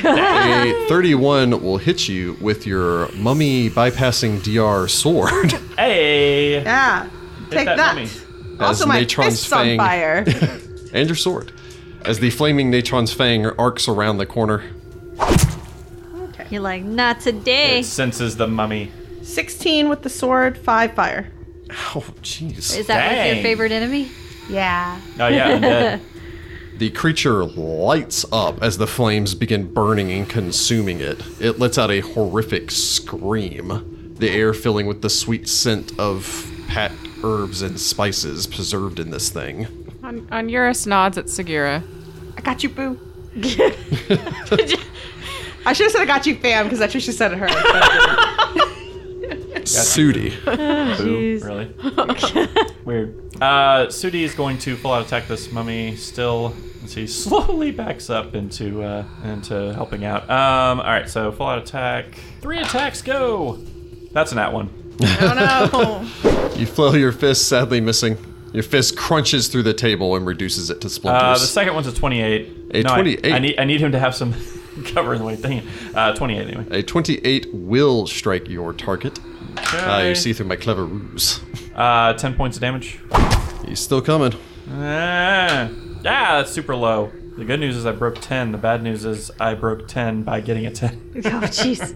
A 31 will hit you with your mummy bypassing DR sword.
Hey.
Yeah. Take
that
that.
mummy.
As
Also, my
Natron's
fist's
fang-
on fire.
and your sword as the flaming natron's fang arcs around the corner.
You're like, not today.
It senses the mummy.
16 with the sword, 5 fire.
Oh, jeez.
Is that like
Dang.
your favorite enemy? Yeah.
Oh yeah, I'm dead.
The creature lights up as the flames begin burning and consuming it. It lets out a horrific scream. the air filling with the sweet scent of pat herbs and spices preserved in this thing.
On, on Eurus nods at Segura.
I got you, boo.
Did you-
I should have said I got you, fam, because that's what she said to her.
Sooty.
Boo, really? Weird. Uh, Sudi is going to full out attack this mummy still as he slowly backs up into uh, into helping out. Um, all right, so full out attack. Three attacks go. That's an at one.
oh no.
You flail your fist, sadly missing. Your fist crunches through the table and reduces it to splinters.
Uh, the second one's a twenty-eight.
A
No, I-
28.
I, need I need him to have some cover in the way. Dang it. Uh, twenty-eight anyway.
A 28 will strike your target. Uh,
Okay.
you see through my clever ruse.
Uh, ten points of damage.
He's still coming.
Ah, yeah, that's super low. The good news is I broke 10. The bad news is I broke 10 by getting a 10.
Oh, jeez.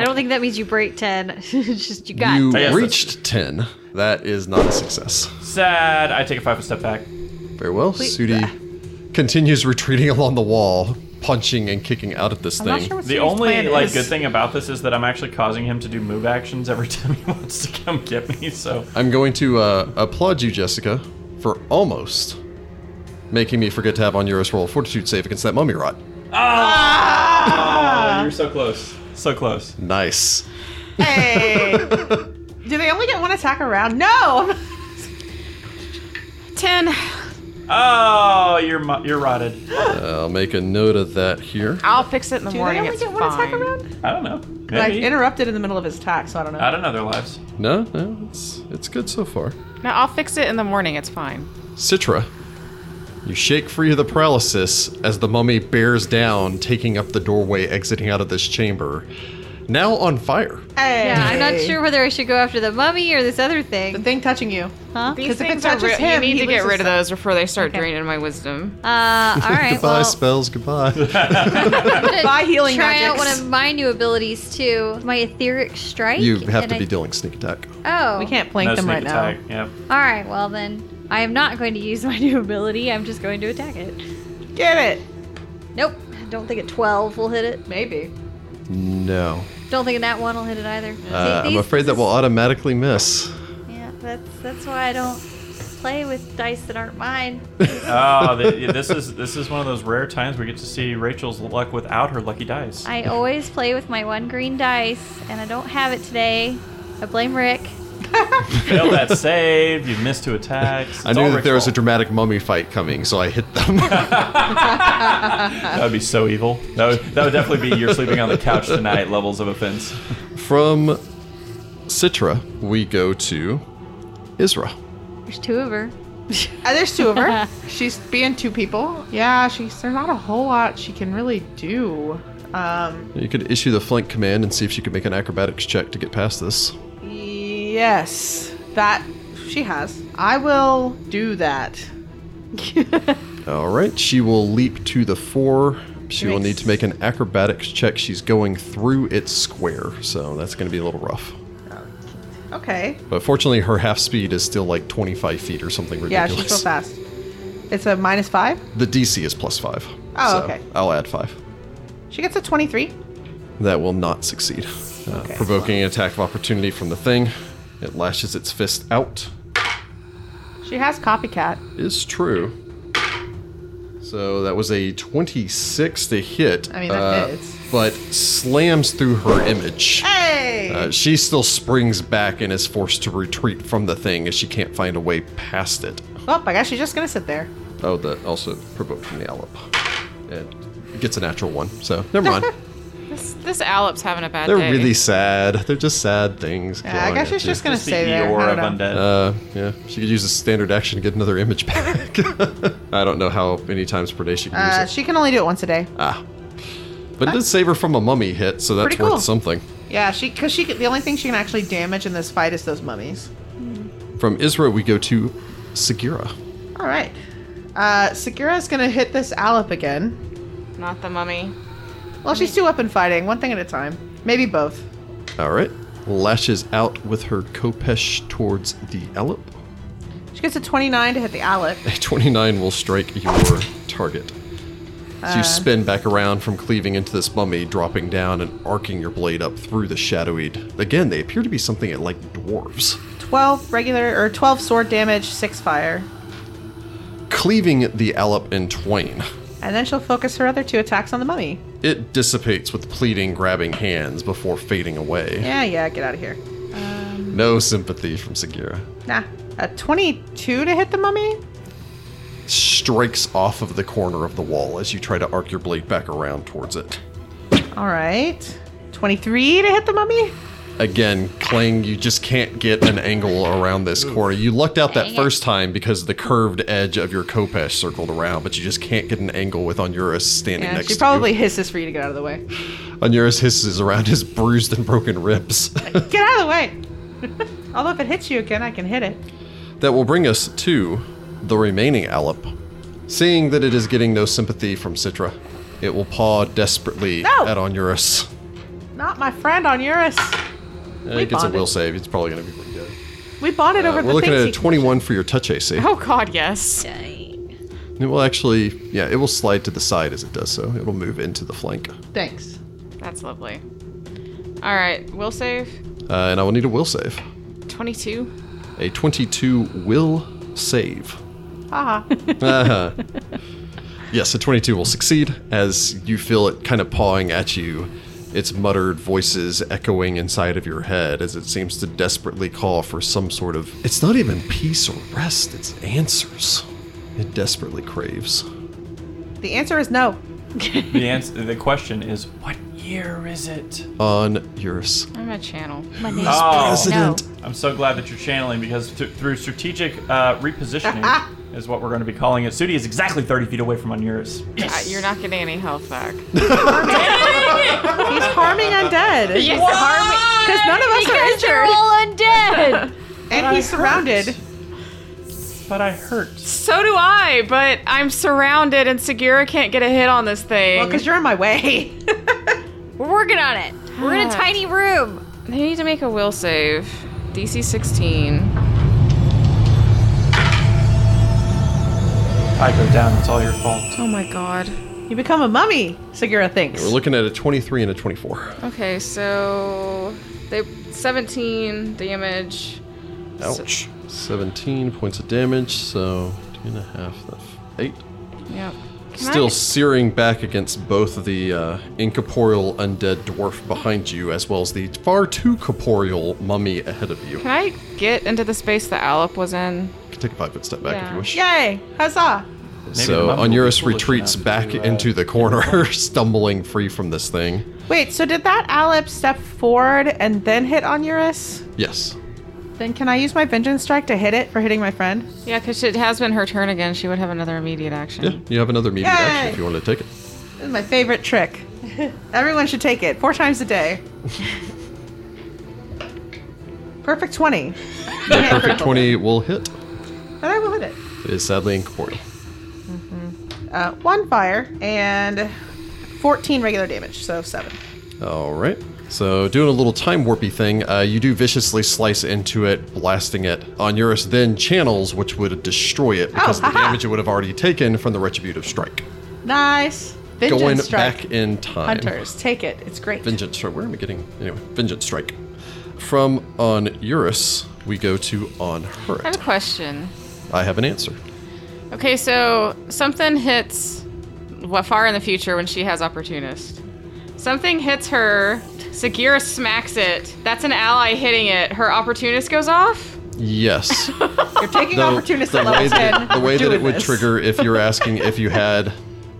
I don't think that means you break 10. it's just you got.
You
I guess that's-
reached 10. That is not a success.
Sad. I take a five step back.
Very well. Sudi continues retreating along the wall, punching and kicking out at this
I'm not
thing.
sure what
The
Sudi's
only
plan
like
is.
good thing about this is that I'm actually causing him to do move actions every time he wants to come get me. So
I'm going to uh, applaud you, Jessica, for almost making me forget to have on Eurus roll a fortitude save against that mummy rot.
Ah!
Oh, you're so close, so close.
Nice.
Hey. Do they only get one attack a round? No.
Ten.
Oh, you're mu- you're rotted.
I'll make a note of that here.
I'll fix it in the
Do they
morning.
only
it's
get one
fine.
attack a round?
I don't know.
But I
Maybe. Uh,
interrupted in the middle of his attack, so I don't know.
I don't know their lives.
No, no, it's it's good so far.
No, I'll fix it in the morning. It's fine.
Citra, you shake free of the paralysis as the mummy bears down, taking up the doorway exiting out of this chamber. Now on fire.
Hey.
Yeah, I'm not sure
what
whether I should go after the mummy or this other thing.
the thing touching you.
huh?
These
'Cause if it
things are
touches
real. You
him,
need
he
to
loses
get rid of
some.
those before they start draining my wisdom.
Uh, all right.
goodbye,
well,
spells, goodbye.
I'm gonna
Buy healing
try out one
magics.
of my new abilities too. My etheric strike.
you have
and
to
I-
be dealing sneak attack.
Oh,
We can't
No
plank them
sneak
right
attack.
now.
Yep.
All right. Well then, I am not going to use my new ability. I'm just going to attack it.
Get it.
Nope. Don't think a 12 will hit it.
Maybe.
No.
Don't think a nat one will hit it either.
Uh,
See,
I'm
these-
afraid that will automatically miss.
Yeah, that's that's why I don't play with dice that aren't mine.
Oh, the, this is this is one of those rare times we get to see Rachel's luck without her lucky dice.
I always play with my one green dice, and I don't have it today. I blame Rick.
Fail that save. You missed two attacks. It's
I knew
all
that there was a
Rick's fault.
dramatic mummy fight coming, so I hit them.
That would be so evil. That would, that would definitely be you're sleeping on the couch tonight levels of offense.
From Citra, we go to Isra.
There's two of her.
Uh, there's two of her. She's being two people. Yeah, she's there's not a whole lot she can really do. Um,
You could issue the flank command and see if she could make an acrobatics check to get past this.
yes, that she has. I will do that.
All right, she will leap to the four. She will
Nice.
need to make an acrobatics check. She's going through its square, so that's going to be a little rough.
Okay.
But fortunately, her half speed is still like 25 feet or something
Yeah,
ridiculous.
she's real fast. It's a minus five.
The DC is plus five.
Oh,
so
okay.
I'll add five.
She gets a twenty-three.
That will not succeed. Uh,
Okay.
Provoking an attack of opportunity from the thing, it lashes its fist out.
She has copycat.
Is true. So that was a 26 to hit.
I mean, that
uh,
hits.
But slams through her image.
Hey.
Uh, she still springs back and is forced to retreat from the thing as she can't find a way past it.
well, Oh, I guess she's just gonna sit there.
Oh, that also provoked from the Alup. It gets a natural one, so never mind.
This this Alip's having a bad
They're
day.
really sad. They're just sad things.
Yeah, I
going
guess
at
she's
you.
just gonna
It's the
stay there.
Eeyore
I
of
don't know.
undead.
Uh, yeah, she could use a standard action to get another image back. I don't know how many times per day she can
Uh,
use it.
she can only do it once a day.
ah. But it did save her from a mummy hit, so that's
Pretty
worth
cool.
something.
Yeah, she because she can- the only thing she can actually damage in this fight is those mummies.
From Israel, we go to Segura.
All right. Uh, Segura's gonna hit this Alep again.
Not the mummy.
Well, she's two up and fighting, one thing at a time. Maybe both.
All right. Lashes out with her Kopesh towards the Alup.
She gets a 29 to hit the Alep.
A 29 will strike your target. So
Uh.
you spin back around from cleaving into this mummy, dropping down and arcing your blade up through the shadowied. Again, they appear to be something like dwarves.
12 regular or 12 sword damage, 6 fire.
Cleaving the Alup in twain.
And then she'll focus her other two attacks on the mummy.
It dissipates with pleading, grabbing hands before fading away.
Yeah, yeah, get out of here.
No sympathy from Sagira.
Nah. A 22 to hit the mummy?
Strikes off of the corner of the wall as you try to arc your blade back around towards it.
All right. 23 to hit the mummy?
Again, Clang, you just can't get an angle around this corner. You lucked out that
Dang it.
first time because the curved edge of your Kopesh circled around, but you just can't get an angle with Onuris standing
Yeah,
next
she
to
probably
you.
hisses for you to get out of the way.
Onuris hisses around his bruised and broken ribs.
Get out of the way! Although if it hits you again, I can hit it.
that will bring us to the remaining Alup. Seeing that it is getting no sympathy from Citra, it will paw desperately
No!
at Onuris.
Not my friend on Eurus.
Uh, It gets a
bonded.
will save. It's probably going to be pretty good.
We bonded
Uh,
over
we're
the
looking
things
at a
he-
21 for your touch AC.
Oh God, yes.
Dang.
It will actually, yeah, it will slide to the side as it does so. It'll move into the flank. Uh,
Thanks.
That's lovely. All right, will save.
Uh, and I will need a will save.
Twenty-two.
A 22 will save.
Haha.
Uh-huh. yes, a 22 will succeed as you feel it kind of pawing at you, its muttered voices echoing inside of your head as it seems to desperately call for some sort of. It's not even peace or rest, it's answers. It desperately craves.
the answer is no.
The answer, the question is, what year is it?
On yours.
I'm a channel.
My name's
Oh.
President.
I'm so glad that you're channeling because th- through strategic uh, repositioning is what we're going to be calling it. Sudi is exactly 30 feet away from Onuris.
Uh, you're not getting any health back.
He's harming undead.
Yes,
Because none of us are injured.
Because they're all undead.
And he's surrounded.
But I hurt.
So do I, but I'm surrounded and Segura can't get a hit on this thing.
Well, because you're in my way.
We're working on it. We're in a
Ah.
tiny room.
they need to make a will save. DC 16.
I go down. It's all your fault.
Oh my god.
you become a mummy, Segura thinks.
We're looking at a 23 and a 24.
Okay, so they 17 damage.
Ouch. 17 points of damage, so two and a half, that's eight.
Yep. Can
Still
I-
searing back against both the uh, incorporeal undead dwarf behind you, as well as the far too corporeal mummy ahead of you.
Can I get into the space that Alep was in?
Take a five foot step back if
Yeah.
you wish.
Yay! Huzzah!
So
the mummy will be
Onuris
foolish
retreats
enough
back
to, uh,
into the corner, stumbling free from this thing.
Wait, so did that Alep step forward and then hit on Eurus?
Yes.
Then can I use my vengeance strike to hit it for hitting my friend?
Yeah, because it has been her turn again. She would have another immediate
Yeah,
action.
you have another immediate action
Yay!
if you want to take it.
This is my favorite trick. Everyone should take it four times a day. Perfect 20.
The perfect 20 will hit.
Then I will hit it.
It is sadly incorporeal.
Uh, one fire and 14 regular damage, so seven.
All right. So, doing a little time warpy thing, uh, you do viciously slice into it, blasting it. Onuris then channels, which would destroy it because of the
Oh, haha.
damage it would have already taken from the retributive strike.
Nice. Vengeance
Going
strike.
back in time.
Hunters, take it. It's great.
Vengeance strike. Where am I getting? Anyway, vengeance strike. From Onuris, we go to
I have a
Onhurit.
question.
I have an answer.
Okay, so something hits well, far in the future when she has opportunist. Something hits her. Sagira smacks it. That's an ally hitting it. Her opportunist goes off.
Yes.
You're taking opportunists at
way
level 10.
that, the
We're
way that
doing
it would
this.
trigger if you're asking if you had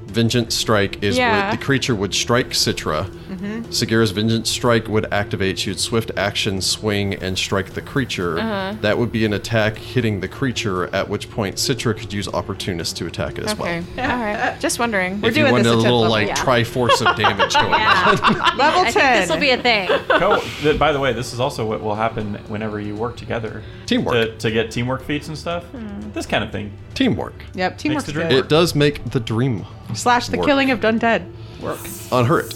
vengeance strike is
Yeah.
would, the creature would strike Citra.
Mm-hmm.
Sagira's vengeance strike would activate. She would swift action swing and strike the creature.
Uh-huh.
That would be an attack hitting the creature. At which point Citra could use opportunist to attack it as
Okay.
well.
All right. Just wondering.
if you
doing
wanted a
this at tenth
little
level,
like
yeah.
triforce of damage going on.
Yeah.
Level
I think
10.
this will be a thing.
Co- th- by the way, this is also what will happen whenever you work together.
Teamwork.
To, to get teamwork feats and stuff.
Hmm.
This kind of thing.
Teamwork.
Yep, teamwork's
the dream
good.
It does make the dream
Slash the
work.
killing of Dundead. Work.
unhurt.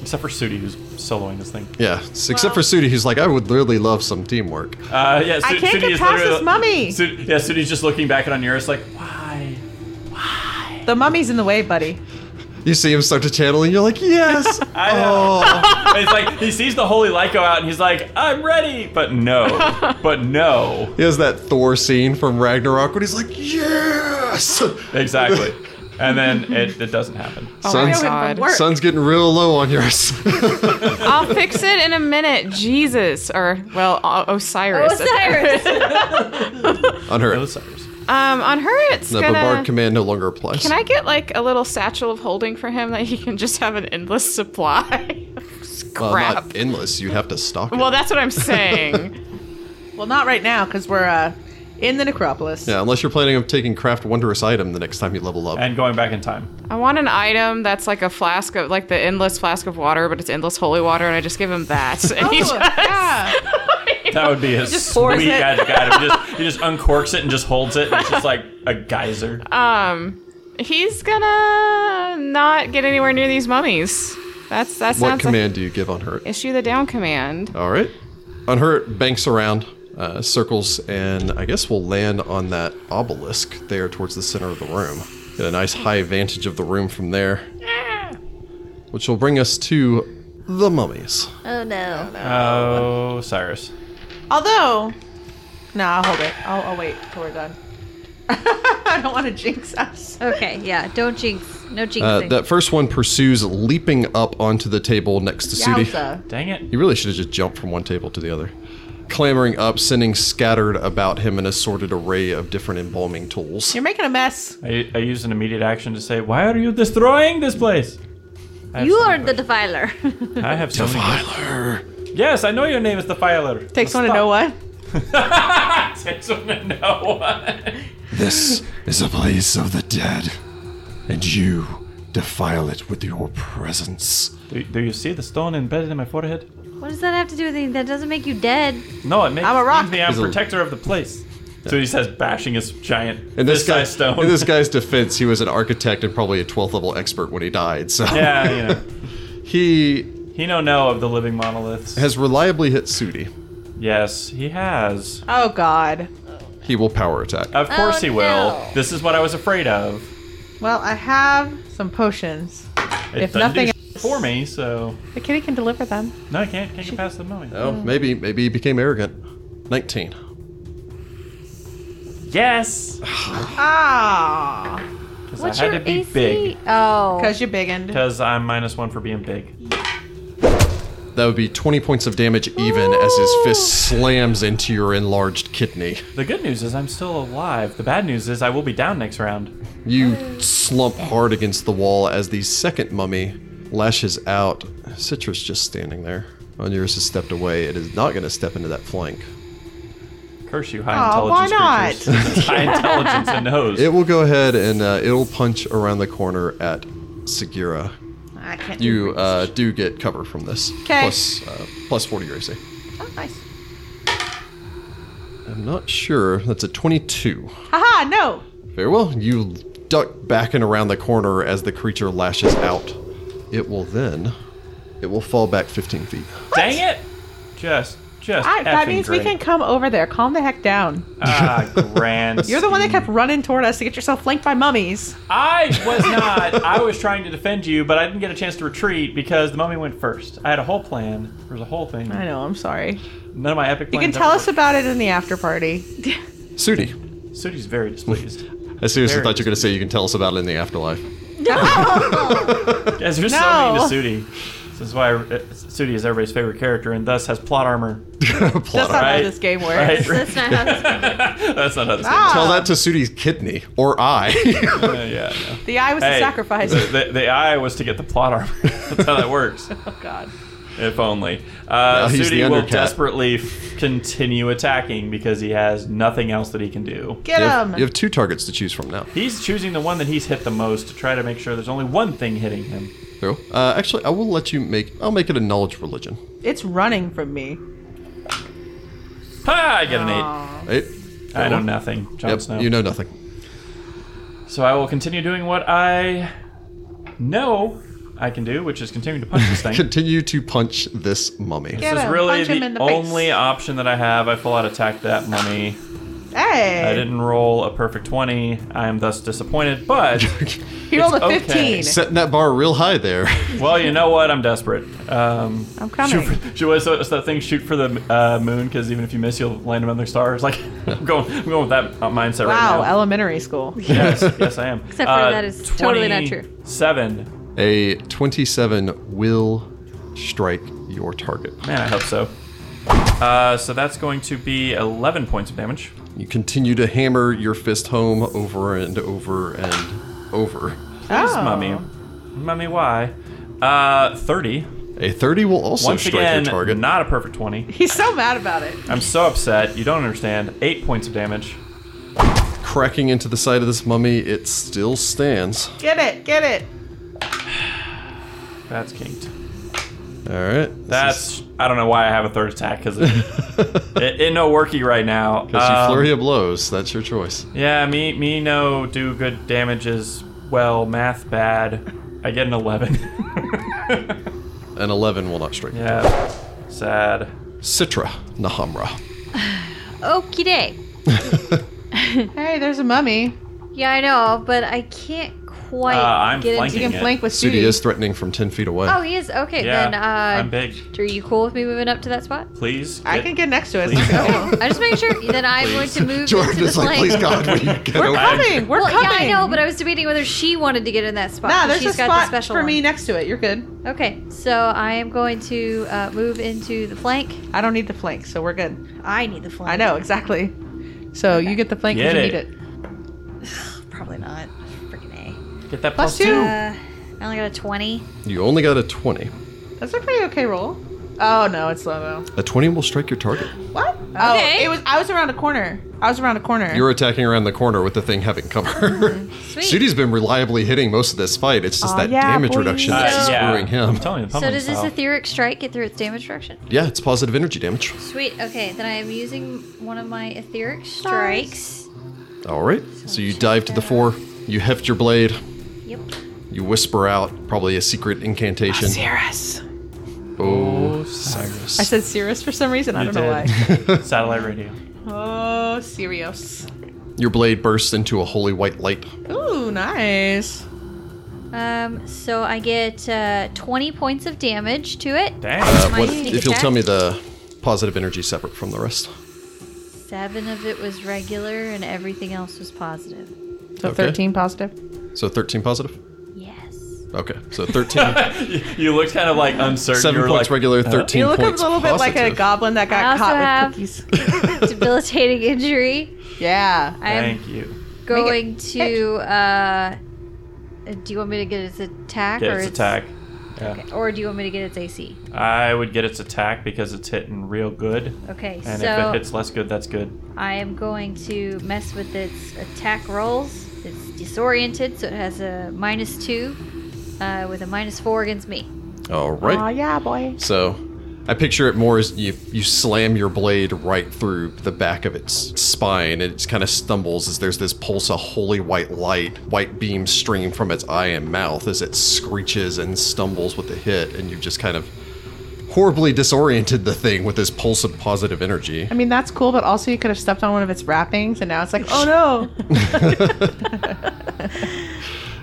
Except for Sudi, who's soloing this thing.
Yeah, except for Sudi, who's like, I would literally love some teamwork.
Uh, yeah, Su-
I can't
Sudi
get
is
past
literally-
this mummy.
Su- yeah, Sudi's just looking back at Onuris like, why?
The mummy's in the way, buddy.
You see him start to channel, and you're like, yes. Oh.
I know. it's like he sees the holy light go out, and he's like, "I'm ready," but no, but no,
He has that Thor scene from Ragnarok when he's like, yes.
exactly. And then it, it doesn't happen.
Sun's,
Oh God.
Work.
sun's getting real low on yours.
I'll fix it in a minute. Jesus, or well, O- Oh, Osiris.
Osiris.
on her.
No
The
Cyrus.
Um, on her, it's
Bard
gonna.
command no longer applies.
Can I get like a little satchel of holding for him that he can just have an endless supply?
Well,
Crap.
not endless. You'd have to stock it.
well, that's what I'm saying.
Well, not right now because we're uh, in the necropolis.
yeah, unless you're planning on taking craft wondrous item the next time you level up.
And going back in time.
I want an item that's like a flask of like the endless flask of water, but it's endless holy water, and I just give him that. And he
Oh,
just-
yeah.
That would be a
just pours
sweet
it.
guy. guy. He just, he just uncorks it and just holds it. And it's just like a geyser.
um, he's gonna not get anywhere near these mummies. That's that
What
sounds like
command do you give on her?
issue the down command.
All right. On her, it banks around, uh, circles, and I guess we'll land on that obelisk there towards the center of the room. Get a nice high vantage of the room from there, which will bring us to the mummies.
oh no.
Oh, Cyrus.
Although, no, I'll hold it. I'll, I'll wait till we're done. I don't want to jinx us.
Okay, yeah. Don't jinx. No
Uh,
jinxing.
that first one pursues, leaping up onto the table next to Sudi.
Yowza.
Dang it.
He really should have just jumped from one table to the other. Clambering up, sending scattered about him an assorted array of different embalming tools.
You're making a mess.
I, I used an immediate action to say, "Why are you destroying this place?" I have
you
so
are
many
the defiler.
questions. I have so many.
Filer.
Yes, I know your name is the Filer.
Takes one to know what.
Takes one to know what.
This is a place of the dead, and you defile it with your presence.
Do, do you see the stone embedded in my forehead?
what does that have to do with anything? That doesn't make you dead.
No, it makes
I'm a rock.
me. I'm
He's a-
protector of the place. So he says, bashing his giant
In this, guy,
size stone.
in this guy's defense, he was an architect and probably a 12th level expert when he died, so
yeah, you know,
he
he no know of the living monoliths.
has reliably hit Sudi.
Yes, he has.
Oh God.
He will power attack.
Oh,
Of course he will.
no.
This is what I was afraid of.
Well, I have some potions.
It
If
doesn't
nothing
do shit for me, so
The kitty can deliver them.
no, I can't. Can't get past the moment.
Oh, maybe, maybe he became arrogant. 19.
Yes,
Ah,
because I
What's
had
your
to be
AC?
big.
Oh.
because you're biggin'.
Because I'm minus one for being big.
That would be 20 points of damage even as his fist slams into your enlarged kidney.
The good news is I'm still alive. The bad news is I will be down next round.
You slump hard against the wall as the second mummy lashes out. Citrus just standing there. Onuris has stepped away. It is not going to step into that flank.
Curse you, high
Aw, why
intelligence creatures. high intelligence and nose.
It will go ahead and uh, it'll punch around the corner at Segura.
I can't.
You uh, do get cover from this.
'Kay.
Plus, uh, plus 40 your AC.
Oh, nice.
I'm not sure. That's a 22.
Haha. No.
Very well. You duck back and around the corner as the creature lashes out. It will then. It will fall back 15 feet.
Dang it! Just, just.
I, that
effing
means we can
great.
come over there. Calm the heck down.
Ah, grand.
You're the one that
scheme.
kept running toward us to get yourself flanked by mummies.
I was not. I was trying to defend you, but I didn't get a chance to retreat because the mummy went first. I had a whole plan. There was a whole thing.
I know. I'm sorry.
None of my epic.
You can tell us about it in the after party.
Sudi.
Sudi's very displeased.
I seriously
Very
thought you were going to say you can tell us about it in the afterlife.
As you're
No.
so mean to Sudi. This is why uh, Sudi is everybody's favorite character and thus has plot armor.
That's
Plot
not
armor.
how
Right.
this game works.
Right?
That's not how this
That's not how this
Ah,
Tell that to Sudi's kidney or eye.
goes. Uh, yeah. no.
The eye was the
Hey,
sacrifice.
The, the, the eye was to get the plot armor. That's how that works.
oh God.
If only. Uh,
Now he's the
Sudi will
undercat.
desperately f- continue attacking because he has nothing else that he can do.
Get
you,
him.
have, you have two targets to choose from now.
He's choosing the one that he's hit the most to try to make sure there's only one thing hitting him.
True. Uh, actually, I will let you make. I'll make it a knowledge religion.
It's running from me.
Ha! I get an eight.
Right?
I know nothing. Jon
Yep.
Snow.
You know nothing.
So I will continue doing what I know I can do, which is continue to punch this thing.
Continue to punch this mummy.
Get
this is
him,
really
punch him
the,
in the face.
only option that I have. I full out attack that mummy.
Hey.
I didn't roll a perfect 20. I am thus disappointed, but
He rolled a
okay.
15.
Setting that bar real high there.
well, you know what? I'm desperate. Um,
I'm coming.
Shoot for, shoot, what's that- what's that thing? Shoot for the uh, moon, because even if you miss, you'll land another star. It's like I'm going, I'm going with that uh, mindset
Wow,
right now.
elementary school.
yes, yes, I am. Uh, Except
for that is totally not true.
Seven.
A 27 will strike your target.
Man, I hope so. Uh, so that's going to be 11 points of damage.
You continue to hammer your fist home over and over and over.
Please,
Oh.
mummy, mummy, why? Uh, 30.
A 30 will also
Once
strike
again,
your target.
not a perfect 20.
He's so mad about it.
I'm so upset. You don't understand. Eight points of damage.
Cracking into the side of this mummy, it still stands.
Get it, get it.
That's kinked.
All right. this is-
That's I don't know why I have a third attack because it, it, it no worky right now.
'Cause you
Um,
flurry of blows. That's your choice.
Yeah, me me no do good damage is well math bad. I get an eleven.
An 11 will not strike.
yeah, sad.
Citra Nahamra.
Okie day.
Hey, there's a mummy.
Yeah, I know, but I can't quite
Uh, I'm
get
flanking.
into.
You
Dang
can
it.
flank with
Sudi
Sudi.
is threatening from 10 feet away.
Oh, he is okay.
Yeah,
then, uh,
I'm big.
Are you cool with me moving up to that spot?
Please.
I
get-
can get next to it.
Please.
Let's go.
I just make sure that I'm going to move
Jordan
into the
is like,
flank.
please God, will you get
We're
over
I-
coming. We're
well,
coming.
yeah, I know, but I was debating whether she wanted to get in that spot.
Nah,
'cause
there's
she's
a
got
spot
the special
for
one.
me next to it. You're good.
Okay, so I am going to uh, move into the flank.
I don't need the flank, so we're good.
I need the flank.
I know exactly. So you get the flank
Get
because you
it.
need it.
Probably not. Freaking
get that
Plus
plus,
A.
two.
Uh, I only got a 20.
You only got a 20.
That's a pretty okay roll. Oh no, it's low though.
A 20 will strike your target.
What? Oh,
Okay.
it was. I was around a corner. I was around a corner.
You're attacking around the corner with the thing having cover.
Mm-hmm. Sweet.
Sudi's been reliably hitting most of this fight. It's just
Aw,
that
yeah,
damage
boy.
reduction
Uh,
that's
yeah.
screwing him.
I'm telling you, the
So
pummeling
does this
style.
etheric strike get through its damage reduction?
Yeah, it's positive energy damage.
Sweet. Okay, then I am using one of my etheric strikes.
All right. So you dive to the fore. You heft your blade.
Yep.
You whisper out probably a secret incantation.
Cirrus.
Oh, Cyrus.
I said Cirrus for some reason. I
You
don't know why.
did. Satellite radio.
Oh, Sirius.
Your blade bursts into a holy white light.
Ooh, nice.
Um, so I get uh, 20 points of damage to it.
Dang.
Uh,
My
what,
sneak
if you'll tell
attack?
me the positive energy separate from the rest.
Seven of it was regular, and everything else was positive.
So
Okay.
13 positive.
So 13 positive?
Yes.
Okay. So 13,
you, you looked kind of like uncertain.
7
you were
points
like,
regular, 13
You look a
points
little bit like a
positive.
goblin that
I
got
also
caught
have-
with cookies.
Debilitating injury.
yeah.
I'm
Thank you.
going to. Uh, do you want me to get its attack
Get
or
its attack. Yeah.
Okay, or do you want me to get its AC?
I would get its attack because it's hitting real good.
Okay,
And if
so
it hits less good, that's good.
I am going to mess with its attack rolls. It's disoriented, so it has a minus two uh, with a minus four against me.
All right.
Aw, yeah, boy.
So I picture it more as you you slam your blade right through the back of its spine and it kind of stumbles as there's this pulse of holy white light, white beams stream from its eye and mouth as it screeches and stumbles with the hit and you've just kind of horribly disoriented the thing with this pulse of positive energy.
I mean, that's cool, but also you could have stepped on one of its wrappings, and now it's like, oh no.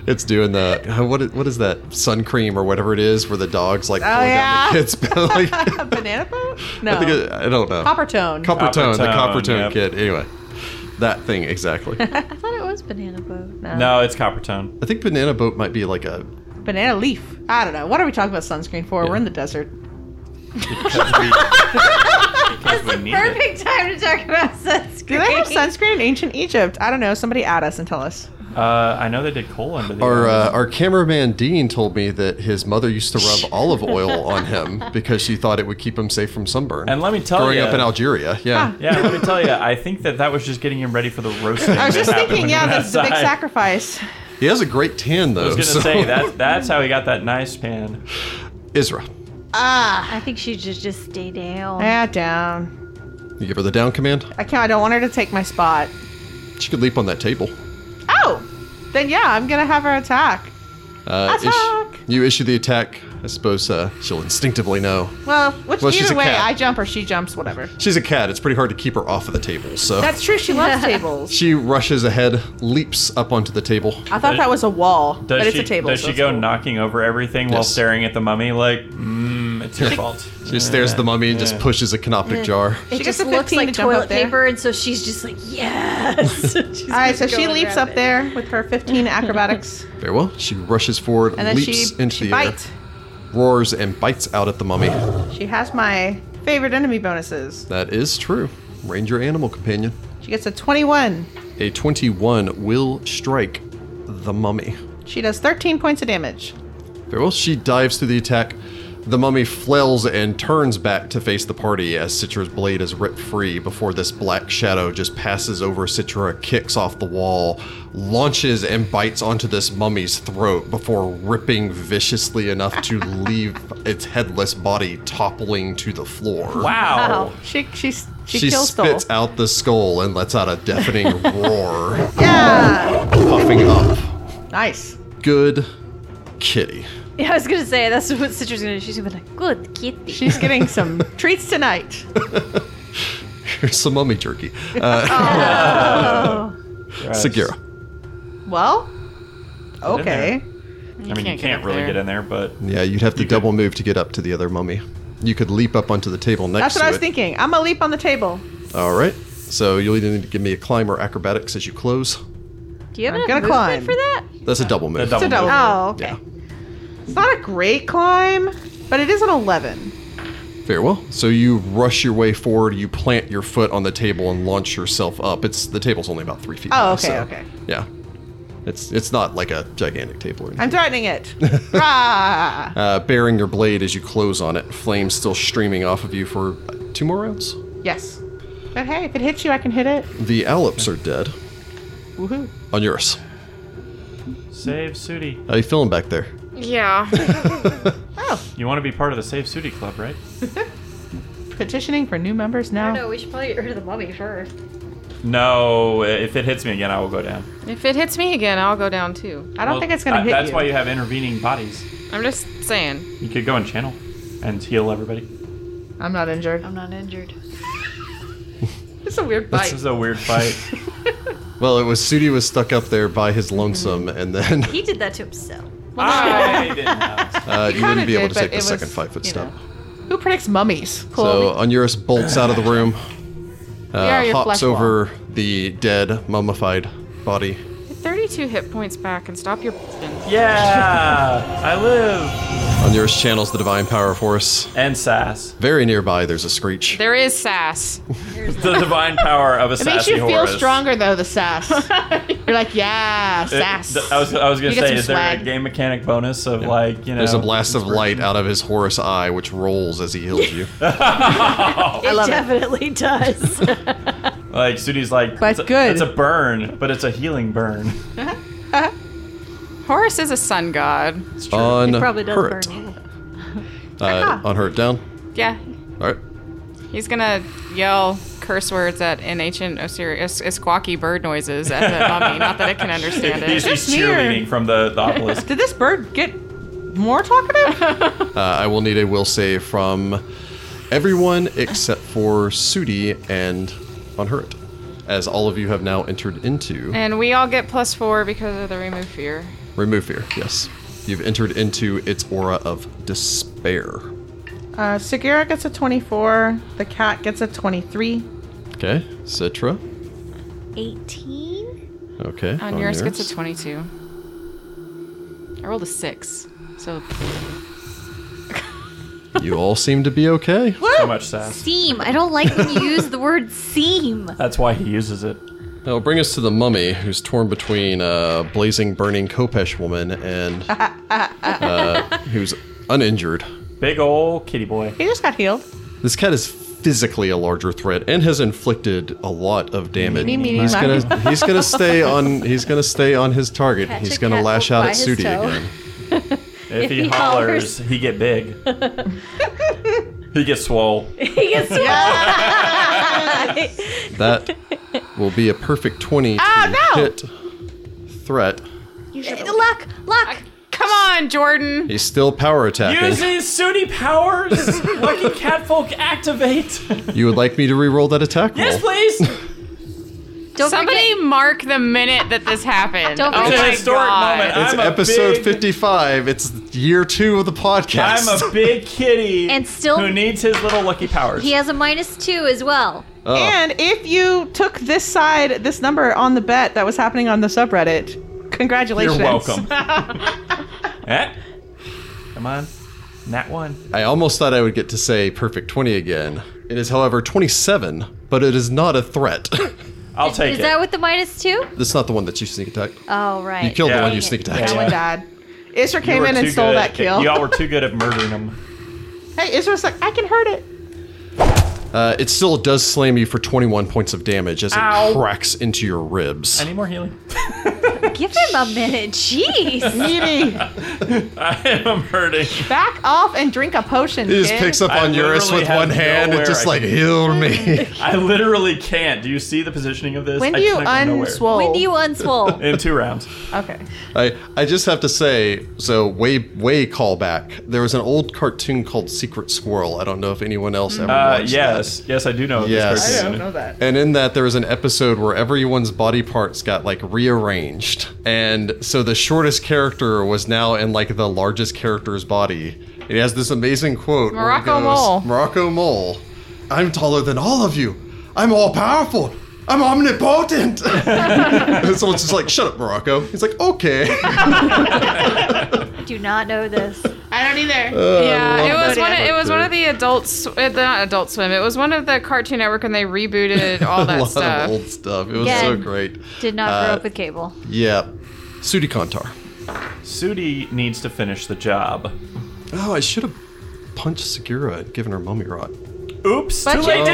It's doing the uh, what is, what is that sun cream or whatever it is where the dogs like pulling down
Oh, yeah.
the kids belly. I
a banana boat? No.
think it, I don't know.
Copper tone.
Copper tone, the
Coppertone,
copper tone
yep.
kid. Anyway, that thing exactly.
I thought it was banana boat.
No, it's copper tone.
I think banana boat might be like a
Banana leaf. I don't know. What are we talking about sunscreen for? We're in the desert.
Because we, because we need it.
Perfect time to talk about sunscreen.
Do they have sunscreen in ancient Egypt? I don't know. Somebody add us and tell us.
Uh, I know they did coal under the.
our uh, our cameraman Dean told me that his mother used to rub olive oil on him because she thought it would keep him safe from sunburn.
and let me tell
growing
you,
up in Algeria, yeah.
yeah, let me tell you, I think that that was just getting him ready for the roasting.
I was just thinking, yeah, that's
that's
the big sacrifice.
He has a great tan though.
I was gonna
so-
say that that's how he got that nice pan.
Isra,
Ah.
I think she should just stay down.
Yeah, down.
you give her the down command.
I can't. I don't want her to take my spot.
She could leap on that table.
Oh, then yeah, I'm gonna have her attack.
Uh, is,
Attack.
You issue the attack. I suppose uh, she'll instinctively know.
Well, which
Well, she's
either
a
way,
cat.
I jump or she jumps, whatever.
She's a cat. It's pretty hard to keep her off of the table, so.
That's true. She loves tables.
she rushes ahead, leaps up onto the table.
I thought that was a wall, but
Does
it's
she,
a table.
does
so
she
it's
go
cool.
knocking over everything while
Yes.
staring at the mummy like, mm, it's your fault?
She stares at the mummy and just pushes a canoptic jar.
It
She gets
just
a
looks
15
like
to jump
toilet
up there.
paper, and so she's just like, yes. She's
All right, so
gonna go
she
and
leaps up
grab it.
there with her 15 acrobatics,
Very well. She rushes forward,
and then
leaps
she,
into
she
the
bites.
air, roars, and bites out at the mummy.
She has my favorite enemy bonuses.
That is true. Ranger animal companion.
She gets a 21.
A 21 will strike the mummy.
She does 13 points of damage.
Very well. She dives through the attack. The mummy flails and turns back to face the party as Citra's blade is ripped free before this black shadow just passes over Citra, kicks off the wall, launches and bites onto this mummy's throat before ripping viciously enough to leave its headless body toppling to the floor.
Wow.
She she she,
She
kills
spits
Dole.
out the skull and lets out a deafening roar,
Yeah.
puffing up.
Nice.
Good kitty.
Yeah, I was gonna say that's what Citra's gonna. do. She's gonna be like, good kitty.
She's getting some treats tonight.
Here's some mummy jerky. Uh,
Gross.
Sagira.
Well,
in
okay.
I mean, you
Can't get
can't
up
really
there.
get in there, but
Yeah, you'd have to
You could-
double move to get up to the other mummy. You could leap up onto the table next
That's
to
what I was
it.
thinking. I'm gonna leap on the table.
All right. So you'll either need to give me a climb or acrobatics as you close.
Do you have
I'm
enough
gonna
movement
climb.
for that?
That's a double move.
a double
It's a double.
move.
Oh, okay.
Yeah.
It's not a great climb, but it is an 11.
Very well. So you rush your way forward. You plant your foot on the table and launch yourself up. It's the table's only about three feet.
Oh,
high,
okay,
so-
okay.
Yeah. It's it's not like a gigantic table or anything.
I'm threatening it. Rah!
uh, bearing your blade as you close on it, flames still streaming off of you for uh, two more rounds.
Yes. But hey, if it hits you, I can hit it.
The Allops are dead.
Woohoo.
On Eurus,
Save Sudi.
how you feeling back there?
Yeah.
You want to be part of the Save Sudi Club, right?
Petitioning for new members
I
now.
don't know. We should probably get rid of the mummy first.
No, if it hits me again, I will go down.
if it hits me again, I'll go down too.
I don't
Well,
think it's gonna
that-
hit
That's
you.
why you have intervening bodies.
I'm just saying.
You could go and channel and heal everybody.
I'm not injured.
I'm not injured.
It's a weird
This
bite.
is a weird fight.
Well, it was Sudi was stuck up there by his lonesome, and then
He did that to himself.
I didn't know.
uh, you
kinda
wouldn't be able
did,
to
but
take the
it was,
second five foot
you
step.
know. Who predicts mummies?
So Onuris bolts out of the room,
are
uh,
your
hops
flesh wall.
over the dead, mummified body.
Get 32 hit points back and stop your. bleeding.
Yeah, I live.
Onuris channels the divine power force.
And sass.
Very nearby, there's a screech.
There is sass.
The divine power of a
It makes
sassy
you feel
Horus.
stronger though, the sass. You're like, yeah,
It-
sass.
th- I was, I was gonna
You get
say,
some
is there a
swag.
game mechanic bonus of like you know?
There's a blast of light out of his Horus eye, which rolls as he heals you.
It
love it.
definitely does.
Like Sudi's like,
But
it's a,
good.
It's a burn, but it's a healing burn.
Horus is a sun god.
It's true.
on
it probably does
hurt,
burn you.
uh, on hurt down.
Yeah.
All right.
He's gonna yell curse words at an ancient Osiris, uh, squawky bird noises at the mummy. Not that it can understand
he's,
it.
he's
Just here.
cheerleading from the, the obelisk.
Did this bird get more talkative?
Uh, I will need a will save from everyone except for Sudi and Unhurt, as all of you have now entered into
And we all get plus four because of the remove fear.
remove fear. Yes, you've entered into its aura of despair.
uh, Sagira gets a 24. The cat gets a 23.
Okay, Citra.
18?
Okay,
On yours gets
Onuris.
a 22. I rolled a six. So
You all seem to be okay.
so much sass.
Seam. I don't like when you use the word seam.
That's why he uses it.
That'll bring us to the mummy, who's torn between uh, blazing, burning Kopesh woman and uh, who's uninjured.
Big ol' kitty boy.
He just got healed.
This cat is physically a larger threat and has inflicted a lot of damage.
Meeny, meeny,
he's
miny.
gonna he's gonna stay on he's gonna stay on his target.
Catch
he's
a
gonna
cat
lash
by
out at
his
Sudi
toe.
again.
If he
he
hollers, he get big. he gets swole.
He gets
That will be a perfect twenty to
Ah, no!
hit threat.
Luck! Luck!
come on! on, Jordan.
He's still power attacking.
Use these Suni powers! Lucky catfolk activate!
You would like me to re-roll that attack roll?
yes, please!
Don't
Somebody
forget-
mark the minute that this happened.
Don't
oh
forget-
It's a
my
historic
God.
moment.
It's
I'm a
episode
big-
55. It's year two of the podcast.
I'm a big kitty
And still-
who needs his little lucky powers.
He has a minus two as well.
Oh.
And if you took this side, this number on the bet that was happening on the subreddit, congratulations. Oh
You're welcome. eh? Come on. Nat one.
I almost thought I would get to say perfect 20 again. It is, however, 27, but it is not a threat.
I'll take
Is
it.
that with the minus two?
That's not the one that you sneak attacked.
Oh, right.
You killed
Yeah.
the one you
Dang it.
sneak attacked.
That
Yeah.
one died. Isra
You
came
were
in and
too
stole
good-
that kill.
Y'all were too good at murdering him.
hey, Isra's like, I can hurt it.
Uh, it still does slam you for 21 points of damage as
Ow.
it cracks into your ribs.
I need more healing.
Give him a minute. Jeez.
Edie,
I am hurting.
back off and drink a potion.
He just
kid.
picks up
I
on Eurus
literally
with
have
one hand
nowhere
and just
I
like,
can-
heal me.
I literally can't. Do you see the positioning of this?
When do
I
you
can't go nowhere.
unswole?
When do you unswole?
In two rounds.
Okay.
I, I just have to say, so way, way callback. There was an old cartoon called Secret Squirrel. I don't know if anyone else ever
Uh,
watched
yes. Yes, I do know
Yes.
this
I
I
don't
cartoon.
know that.
And in that, there was an episode where everyone's body parts got like rearranged. And so the shortest character was now in like the largest character's body. It has this amazing quote where it
Morocco
goes,
Mole.
Morocco Mole, I'm taller than all of you. I'm all powerful. I'm omnipotent. and someone's just like, shut up, Morocco. He's like, okay.
Do not know this.
I don't either.
Yeah, it was
that.
one. Of, it was one
Okay.
of the adults. Uh, not Adult Swim. It was one of the Cartoon Network, and they rebooted all
A
that
lot
stuff.
of old stuff. It was
Yeah.
so great.
Did not grow
Uh,
up with cable.
Yeah. Sudi Kantar.
Sudi needs to finish the job.
Oh, I should have punched Segura and given her mummy rot.
Oops.
But
too
you
late.
did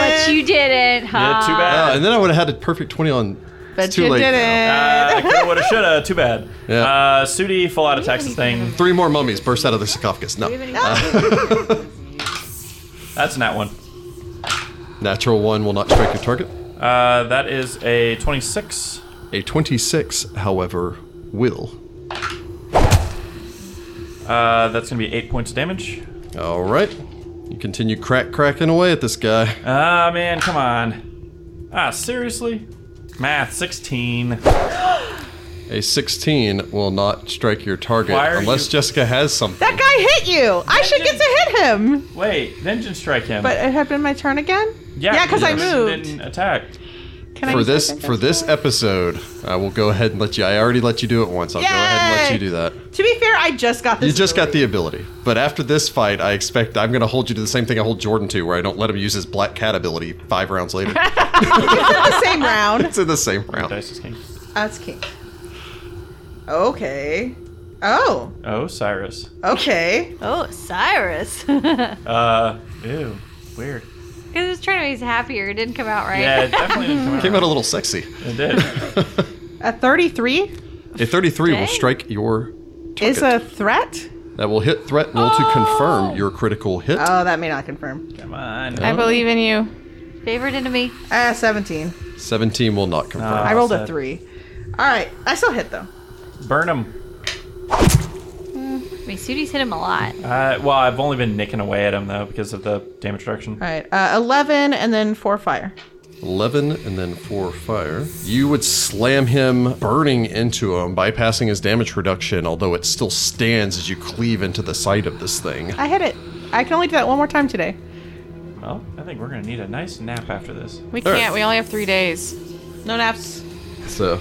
But you didn't, huh?
Yeah, too bad.
Ah.
Oh, and then I would have had a perfect 20 on.
But
it's too
you
late.
didn't.
now.
Uh, coulda, woulda, shoulda. Too bad.
Yeah.
Uh, Sudi full out attacks the thing.
Three more mummies burst out of the sarcophagus. No.
That's not one.
Natural one will not strike your target.
Uh, that is a 26.
A 26, however, will.
Uh, that's gonna be eight points of damage.
All right. You continue crack cracking away at this guy.
Ah man, come on. Ah, seriously? Math 16.
A 16 will not strike your target
Why are
unless
you-
Jessica has something.
That guy hit you. I should get to hit him.
Wait, vengeance strike him.
But it had been my turn again? Yeah, because
you
I moved.
Didn't attack.
Can I
For
use
this
my
for this episode, I will go ahead and let you. I already let you do it once. I'll go ahead and let
Yay!
you do that.
To be fair, I just got this.
You just got
ability.
the ability, but after this fight, I expect I'm going to hold you to the same thing I hold Jordan to, where I don't let him use his black cat ability five rounds later.
the same round.
it's in the same round.
Dice is king.
That's king. Okay. Oh.
Oh, Cyrus.
Okay.
Oh, Cyrus. Because
Uh, ew, weird.
I was trying to make us happier. It didn't come out right.
Yeah, it definitely didn't come out.
Came out a little sexy.
It did.
A 33
A 33 will
Dang.
strike your
is a
target.
threat.
That will hit threat roll to confirm your critical hit.
Oh, that may not confirm.
Come on.
I believe in you.
Favorite enemy.
Uh, 17.
17 will not confirm.
Ah,
I rolled a
sad.
3. All right. I still hit though.
Burn him.
I mean, Sudi's hit him a lot.
Uh, well, I've only been nicking away at him though because of the damage reduction.
All right. Uh, 11 and then 4 fire.
11 and then 4 fire. You would slam him, burning into him, bypassing his damage reduction, although it still stands as you cleave into the side of this thing.
I hit it. I can only do that one more time today.
Well, I think we're gonna need a nice nap after this.
We
Sure.
can't. We only have three days.
No naps.
So,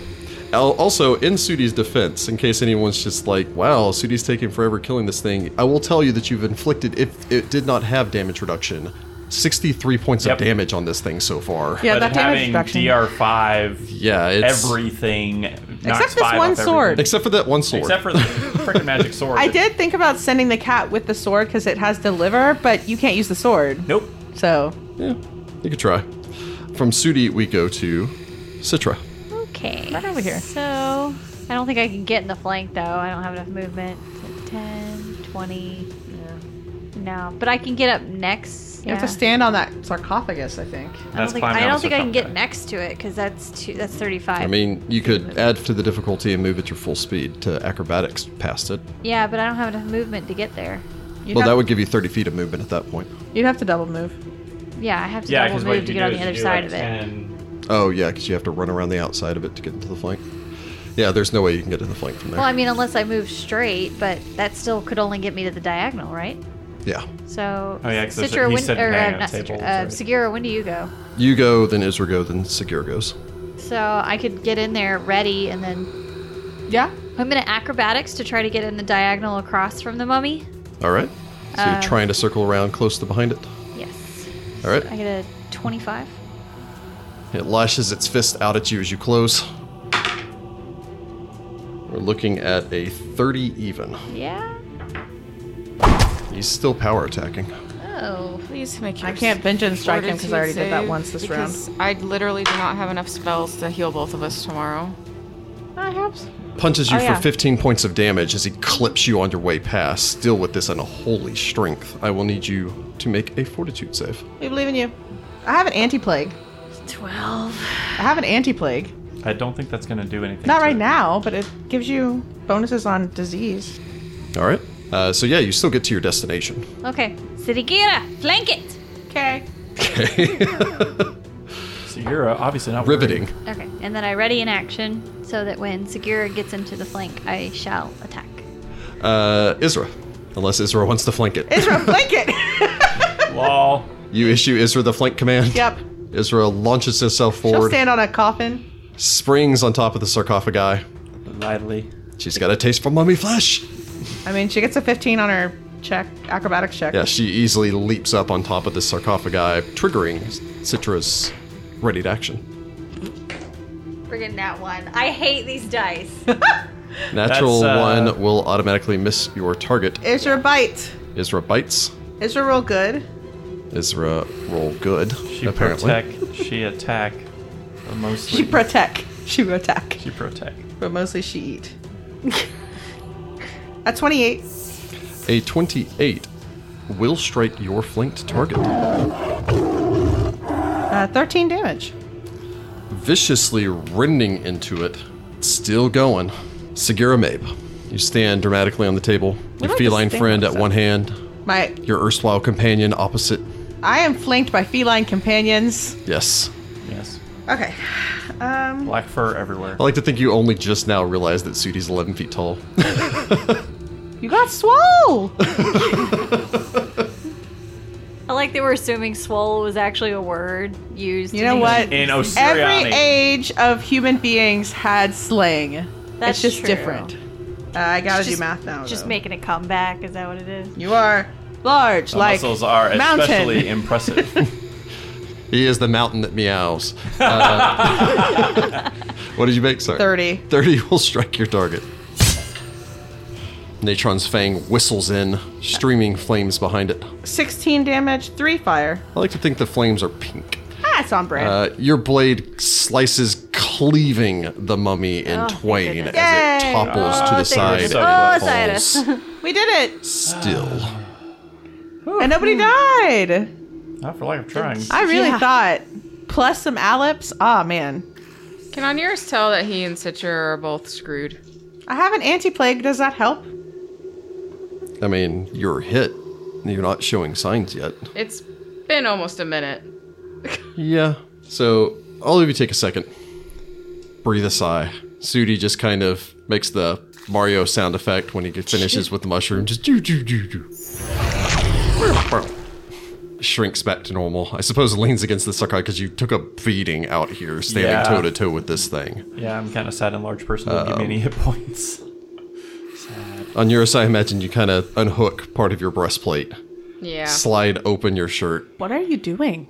Al- also in Sudi's defense, in case anyone's just like, "Wow, Sudi's taking forever killing this thing," I will tell you that you've inflicted, if it did not have damage reduction, sixty-three points
Yep.
of damage on this thing so far.
Yeah,
but
that damage
having
reduction.
DR5
Yeah, it's
everything.
Except this one sword.
except for that one sword.
Except for the freaking magic sword.
I did think about sending the cat with the sword because it has deliver, but you can't use the sword.
Nope.
So
yeah, you could try. From Sudi, we go to Citra.
Okay.
Right over here.
So, I don't think I can get in the flank, though. I don't have enough movement to 10, 20. No, but I can get up next.
You have to
yeah.
stand on that sarcophagus, I think.
I don't
That's
think,
climbing
I,
on
don't
the
think I can get
sarcophagus.
next to it because that's two, that's 35.
I mean, you could add to the difficulty and move at your full speed to acrobatics past it.
yeah, but I don't have enough movement to get there.
You'd,
well,
have,
that would give you 30 feet of movement at that point.
you'd have to double move.
Yeah, I have to
Yeah,
double
because what
move
you
to
do
get on
is
the
you
other
do
side
like
of it.
10
Oh, yeah, because you have to run around the outside of it to get into the flank. Yeah, there's no way you can get to the flank from there.
Well, I mean, unless I move straight, but that still could only get me to the diagonal, right?
yeah.
So,
Oh, yeah, 'cause there's-
Citra,
he's
when,
sitting
or,
hanging
uh,
on
not
the table,
Citra, uh,
that's right.
Segura, when do you go?
You go, then Isra go, then Segura goes.
So I could get in there ready, and then
Yeah.
I'm gonna acrobatics to try to get in the diagonal across from the mummy.
All right. So
Um,
you're trying to circle around close to behind it.
Yes.
All right.
I get a 25.
It lashes its fist out at you as you close. We're looking at a 30 even.
Yeah.
He's still power attacking.
Oh.
Please make your
I can't vengeance strike him 'cause I already
fortitude
did that
save,
once this
because I literally do not have enough spells to heal both of us tomorrow.
That helps.
Punches you
Oh, yeah.
for 15 points of damage as he clips you on your way past, still with this unholy strength. I will need you to make a fortitude save.
We believe in you. I have an anti-plague.
12.
I have an anti-plague.
I don't think that's going to do anything.
Not
to
right
it.
now, but it gives you bonuses on disease.
All right. Uh, so, yeah, you still get to your destination.
Okay. Sirigira, flank it!
Okay.
Okay.
So you're uh, obviously not worried.
Riveting.
Okay. And then I ready in action so that when Segura gets into the flank, I shall attack.
Uh, Isra. Unless Isra wants to flank it.
Israel, flank it.
Lol.
You issue Isra the flank command.
yep.
Isra launches herself
She'll
forward,
stand on a coffin.
springs on top of the sarcophagi.
Lively.
She's got a taste for mummy flesh.
I mean, she gets a 15 on her check, acrobatics check.
Yeah, she easily leaps up on top of the sarcophagi, triggering Citra's ready to action.
Friggin' that one. I hate these dice.
Natural
That's, uh,
one will automatically miss your target.
Isra bite.
Isra bites.
Isra roll good.
Isra roll good.
She
apparently.
protect. She attack. But mostly
She protect. She attack.
She protect.
But mostly she eat. At 28.
A 28 will strike your flanked target.
Uh, 13 damage.
viciously rending into it, still going. Segura Mabe, you stand dramatically on the table, your
like to
feline
stand
friend at
outside.
one hand,
My,
your erstwhile companion opposite.
I am flanked by feline companions.
Yes.
Yes.
Okay. Um,
Black fur everywhere.
I like to think you only just now realized that Sudi's 11 feet tall.
you got swole.
I like that we're assuming swole was actually a word used.
You
to
know
make-
what?
In Osiriani.
Every age of human beings had slang.
That's
it's just
true.
different. Uh, I gotta do
Just-
math now.
Just
though.
making a comeback. Is that what it is?
You are large,
The
like
muscles are
mountain.
especially impressive.
he is the mountain that meows. Uh, what did you make, sir?
30.
30 will strike your target. Natron's fang whistles in, streaming flames behind it.
16 damage, 3 fire.
I like to think the flames are pink.
Ah, it's on brand.
Uh, your blade slices, cleaving the mummy in
Oh, thank
twain
goodness.
as
Yay.
it topples
Oh,
to the side.
thank
goodness.
and
Oh,
falls
Cyrus.
we did it!
Still,
And nobody
hmm.
died!
Not for lack of trying.
I really
Yeah.
thought. Plus some allips. Ah, man.
Can Onuris tell that he and Citra are both screwed?
I have an anti plague. Does that help?
I mean, you're hit. You're not showing signs yet.
It's been almost a minute.
Yeah. So all of you take a second. Breathe a sigh. Sudi just kind of makes the Mario sound effect when he get- finishes with the mushroom. Just do do do do. Shrinks back to normal. I suppose leans against the Sakai because you took a beating out here, standing
Yeah.
toe to toe with this thing.
Yeah, I'm kind of sad and large person. Don't give me any hit points.
On Eurus, I imagine you kind of unhook part of your breastplate,
Yeah.
slide open your shirt.
What are you doing?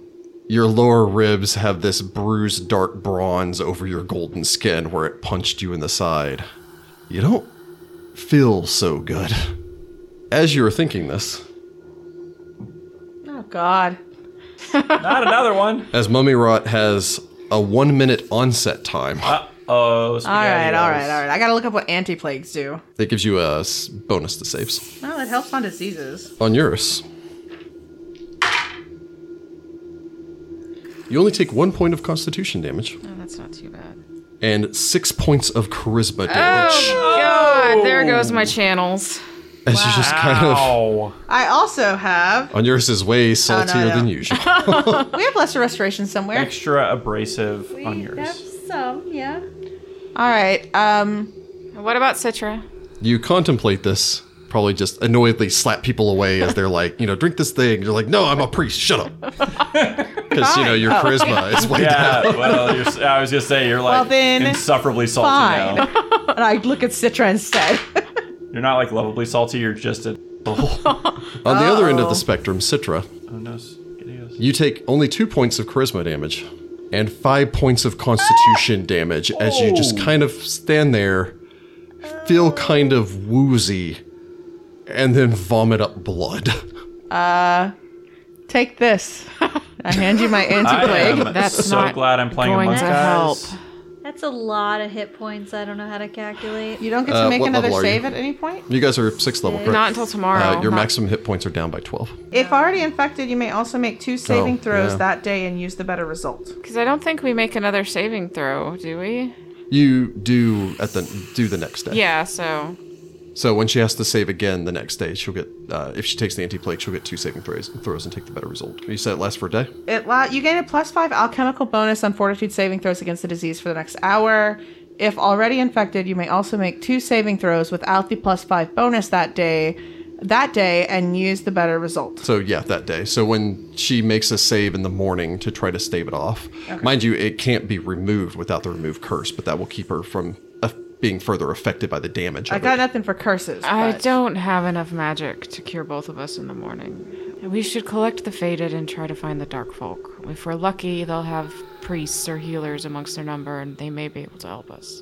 Your lower ribs have this bruised dark bronze over your golden skin where it punched you in the side. You don't feel so good. As you were thinking this,
Oh, God.
Not another one.
as Mummy Rot has a one minute onset time,
Uh, Oh, spaghetti
All right, all right, all right. I gotta look up what anti plagues do.
That gives you a s- bonus to saves.
Well, it helps on diseases.
On Eurus, you only take one point of constitution damage
Oh, that's not too bad.
and six points of charisma damage
Oh,
God, there goes my channels.
as you just kind of.
Ow.
I also have.
On Eurus is way saltier
Oh, no.
than usual.
We have lesser restoration somewhere.
Extra abrasive on
We have
yours.
some, yeah.
All right. Um.
What about Citra?
you contemplate this, probably just annoyedly slap people away as they're like, you know, drink this thing. You're like, no, I'm a priest. Shut up. Because, you know, your charisma is way down.
Oh. Yeah, well, you're, s- I was gonna say you're like
Well, then,
insufferably salty
fine.
now.
And I look at Citra instead.
You're not like lovably salty. You're just a. Oh
On the other end of
Uh-oh.
the spectrum, Citra,
no, spaghettios.
you take only two points of charisma damage and five points of constitution damage as you just
Oh.
kind of stand there, feel kind of woozy, and then vomit up blood.
Take this. I hand you my anti
I
plague.
am
That's
so
not
glad I'm playing
going
amongst
to
guys.
help.
That's a lot of hit points. I don't know how to calculate.
You don't get to
Uh,
make
what
another
level are you?
save at any point.
You guys are sixth level, correct?
Not until tomorrow.
Uh, your
Not-
maximum hit points are down by 12.
If already infected, you may also make two saving
Oh,
throws
yeah.
that day and use the better result.
Because I don't think we make another saving throw, do we?
You do at the do the next day.
Yeah, so.
So when she has to save again the next day, she'll get uh, if she takes the anti-plague, she'll get two saving throws, throws and take the better result. You said it lasts for a day.
It la- you gain a plus five alchemical bonus on fortitude saving throws against the disease for the next hour. If already infected, you may also make two saving throws without the plus five bonus that day, that day, and use the better result.
So yeah, that day. So when she makes a save in the morning to try to stave it off, mind you, it can't be removed without the remove curse, but that will keep her from uh, being further affected by the damage.
I
of
got
it.
nothing for curses.
I
but-
don't have enough magic to cure both of us in the morning. We should collect the fated and try to find the dark folk. If we're lucky, they'll have priests or healers amongst their number, and they may be able to help us.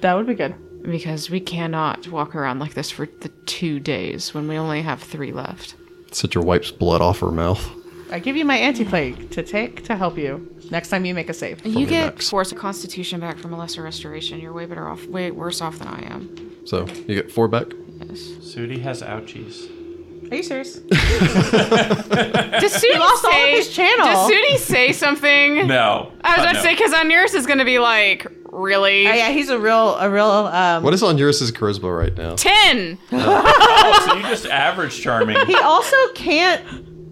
That would be good.
Because we cannot walk around like this for the two days when we only have three left.
Citra wipes blood off her mouth.
I give you my anti plague to take to help you next time you make a save.
you
your
get
max.
force of constitution back from a lesser restoration. You're way better off, way worse off than I am.
So you get four back.
Sudi has ouchies.
Are you serious?
Does Sudi
lost all of
say,
his channel.
Does Sudi say something?
No.
I was
but
about to
no.
say because Onuris is going to be like, really?
yeah, he's a real, a real. Um,
What is on yours is charisma right now?
Ten.
Oh, so you just average charming.
he also can't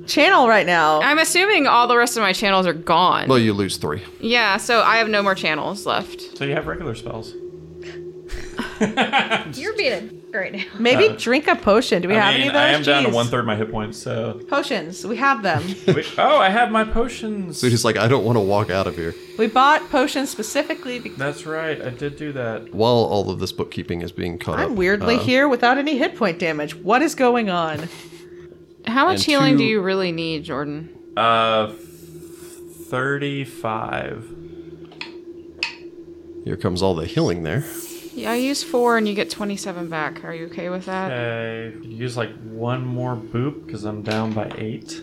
channel right now.
I'm assuming all the rest of my channels are gone.
Well, you lose three.
yeah, so I have no more channels left.
So you have regular spells.
You're being a right now.
Maybe drink a potion. Do we have
I
any
mean,
of those?
I am down to
Jeez.
one third my hit points. So
Potions. We have them.
Wait, oh, I have my potions.
So he's like, I don't want to walk out of here
we bought potions specifically because
That's right. I did do that.
while all of this bookkeeping is being caught up.
I'm weirdly
uh,
here without any hit point damage. What is going on?
How much
And
healing do
two-
you really need, Jordan?
Uh, thirty-five.
Here comes all the healing there.
Yeah, I use four and you get 27 back. Are you okay with that?
Okay. Use like one more boop because I'm down by eight.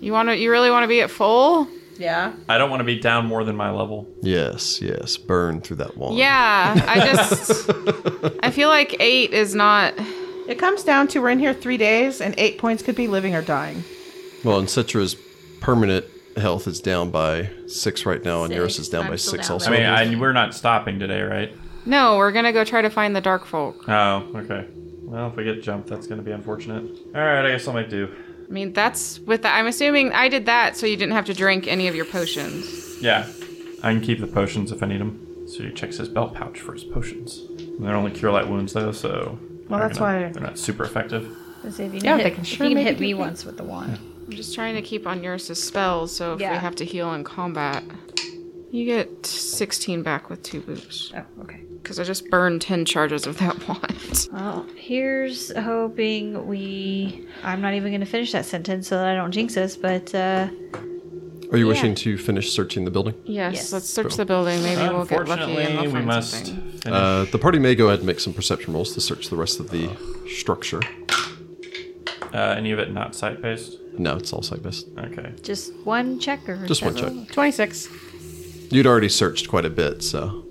You want to? You really want to be at full?
Yeah.
I don't want to be down more than my level.
Yes, yes. Burn through that wand.
Yeah, I just I feel like eight is not.
It comes down to we're in here three days and eight points could be living or dying.
Well, and Citra's permanent health is down by six right now, and yours
Six.
is down
I'm
by
still
six
down
also.
I mean, I, we're not stopping today, right?
No, we're gonna go try to find the dark folk.
Oh, okay. Well, if we get jumped, that's going to be unfortunate. All right, I guess I'll make do.
I mean, that's with the, I'm assuming I did that so you didn't have to drink any of your potions.
Yeah, I can keep the potions if I need them. So he checks his belt pouch for his potions. And they're only cure light wounds though, so
Well,
they're
that's
gonna-
why-
they're not super effective.
If you can
Yeah,
hit,
they can
if
sure
you can
maybe
hit
do
me
that.
once with the wand.
I'm just trying to keep on Eurus's spells, so if we
Yeah.
have to heal in combat, you get 16 back with two boops.
Oh, okay.
Because I just burned 10 charges of that wand.
Well, here's hoping we. I'm not even going to finish that sentence so that I don't jinx us, but uh,
Are you wishing to finish searching the building?
Yes,
Yes.
let's search the building. Maybe we'll get lucky
Unfortunately,
and we'll
we
find
must.
something.
Finish.
Uh, the party may go ahead and make some perception rolls to search the rest of the structure.
Uh, any of it not sight based?
No, it's all side based.
Okay.
just one check or
Just one
several?
Twenty six.
You'd already searched quite a bit, so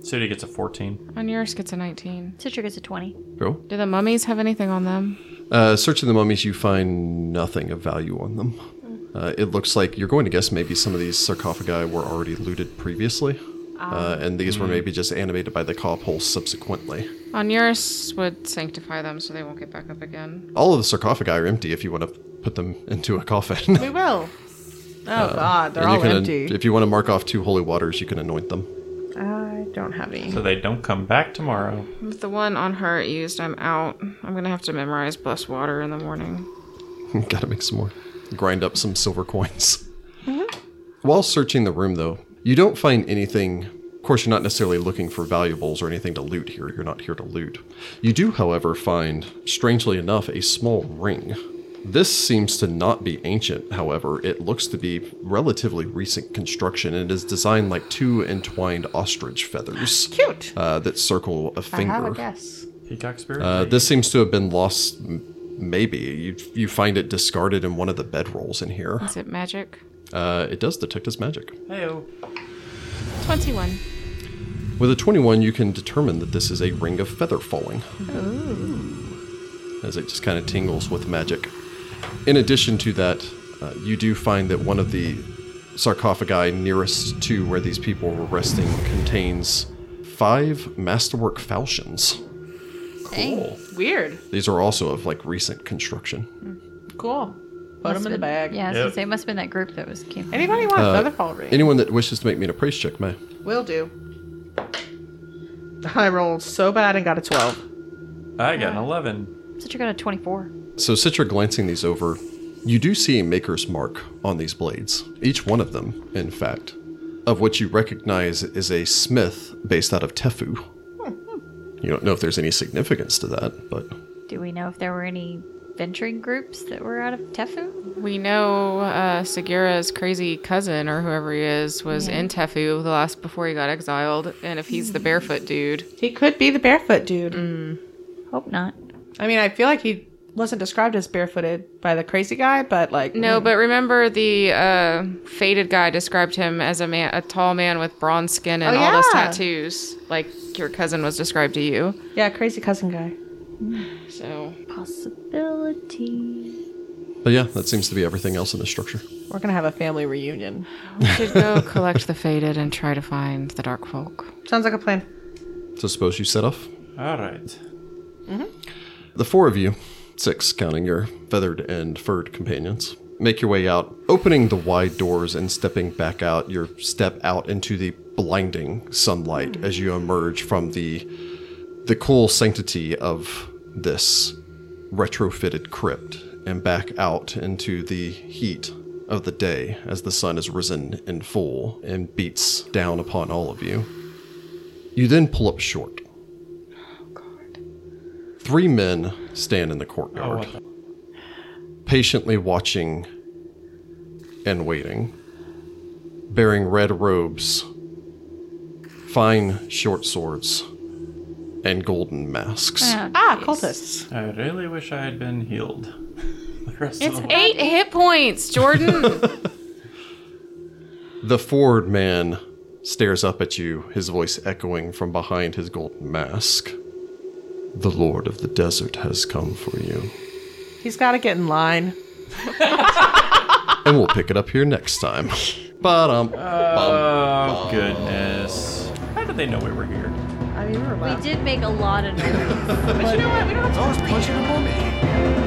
Sudi gets a 14.
On yours gets a 19.
Citra gets a 20.
Cool.
Do the mummies have anything on them?
Uh, searching the mummies, you find nothing of value on them. Uh, it looks like you're going to guess maybe some of these sarcophagi were already looted previously,
Ah.
uh, and these
Hmm.
were maybe just animated by the cop hole subsequently.
On yours would sanctify them so they won't get back up again.
All of the sarcophagi are empty if you want to put them into a coffin.
We will. Oh God, they're
Uh, And you
all
can,
empty.
If you want to mark off two holy waters, you can anoint them.
I don't have any.
So they don't come back tomorrow.
With the one on her used, I'm out. I'm going to have to memorize blessed water in the morning.
Gotta make some more. Grind up some silver coins.
Mm-hmm.
While searching the room, though, you don't find anything. Of course, you're not necessarily looking for valuables or anything to loot here. You're not here to loot. You do, however, find, strangely enough, a small ring. This seems to not be ancient, however, it looks to be relatively recent construction and is designed like two entwined ostrich feathers
Cute.
uh, that circle a
I
finger.
have a guess.
Peacock spirit?
Uh, this seems to have been lost. m- Maybe you you find it discarded in one of the bedrolls in here.
Is it magic?
Uh, it does detect as magic.
Heyo.
21.
With a 21, you can determine that this is a ring of feather falling. As it just kind of tingles with magic. In addition to that, uh, you do find that one of the sarcophagi nearest to where these people were resting contains five masterwork falchions.
Cool.
Weird.
These are also of like recent construction.
Cool. Put them in the bag.
Yeah, I was gonna
Yep.
say it must have been that group that was came.
Anybody
Uh,
want a feather fall ring?
Anyone that wishes to make me a praise check may.
Will do. I rolled so bad and got a 12.
I got an 11.
Citra got a 24.
So, Citra glancing these over, you do see a maker's mark on these blades. Each one of them, in fact, of which you recognize is a smith based out of Tefu. You don't know if there's any significance to that, but
Do we know if there were any venturing groups that were out of Tefu?
We know uh, Segura's crazy cousin or whoever he is was in Tefu the last before he got exiled, and if he's the barefoot dude,
He could be the barefoot dude.
Mm. Hope not.
I mean, I feel like he wasn't described as barefooted by the crazy guy, but like.
no. But remember the uh, faded guy described him as a man, a tall man with bronze skin and
Oh,
all those
yeah.
tattoos, like your cousin was described to you.
Yeah, crazy cousin guy.
So
Possibility.
but yeah, that seems to be everything else in the structure.
We're going to have a family reunion.
we should go collect the faded and try to find the dark folk.
Sounds like a plan.
So suppose you set off.
All right.
The four of you, six counting your feathered and furred companions, make your way out, opening the wide doors and stepping back out. Your step out into the blinding sunlight as you emerge from the the cool sanctity of this retrofitted crypt and back out into the heat of the day as the sun has risen in full and beats down upon all of you. You then pull up short. Three men stand in the courtyard, patiently watching and waiting, bearing red robes, fine short swords, and golden masks.
Uh.
Ah, cultists.
I really wish I had been healed. The rest of
It's
the-
eight hit points, Jordan.
The Ford man stares up at you, his voice echoing from behind his golden mask. The Lord of the Desert has come for you.
He's got to get in line.
And we'll pick it up here next time. Ba-dum, bum.
Oh, goodness. How did they know we were here?
I mean, we were
We
allowed.
did make a lot of noise.
But you know what? We don't have to
It's always pleasure to me.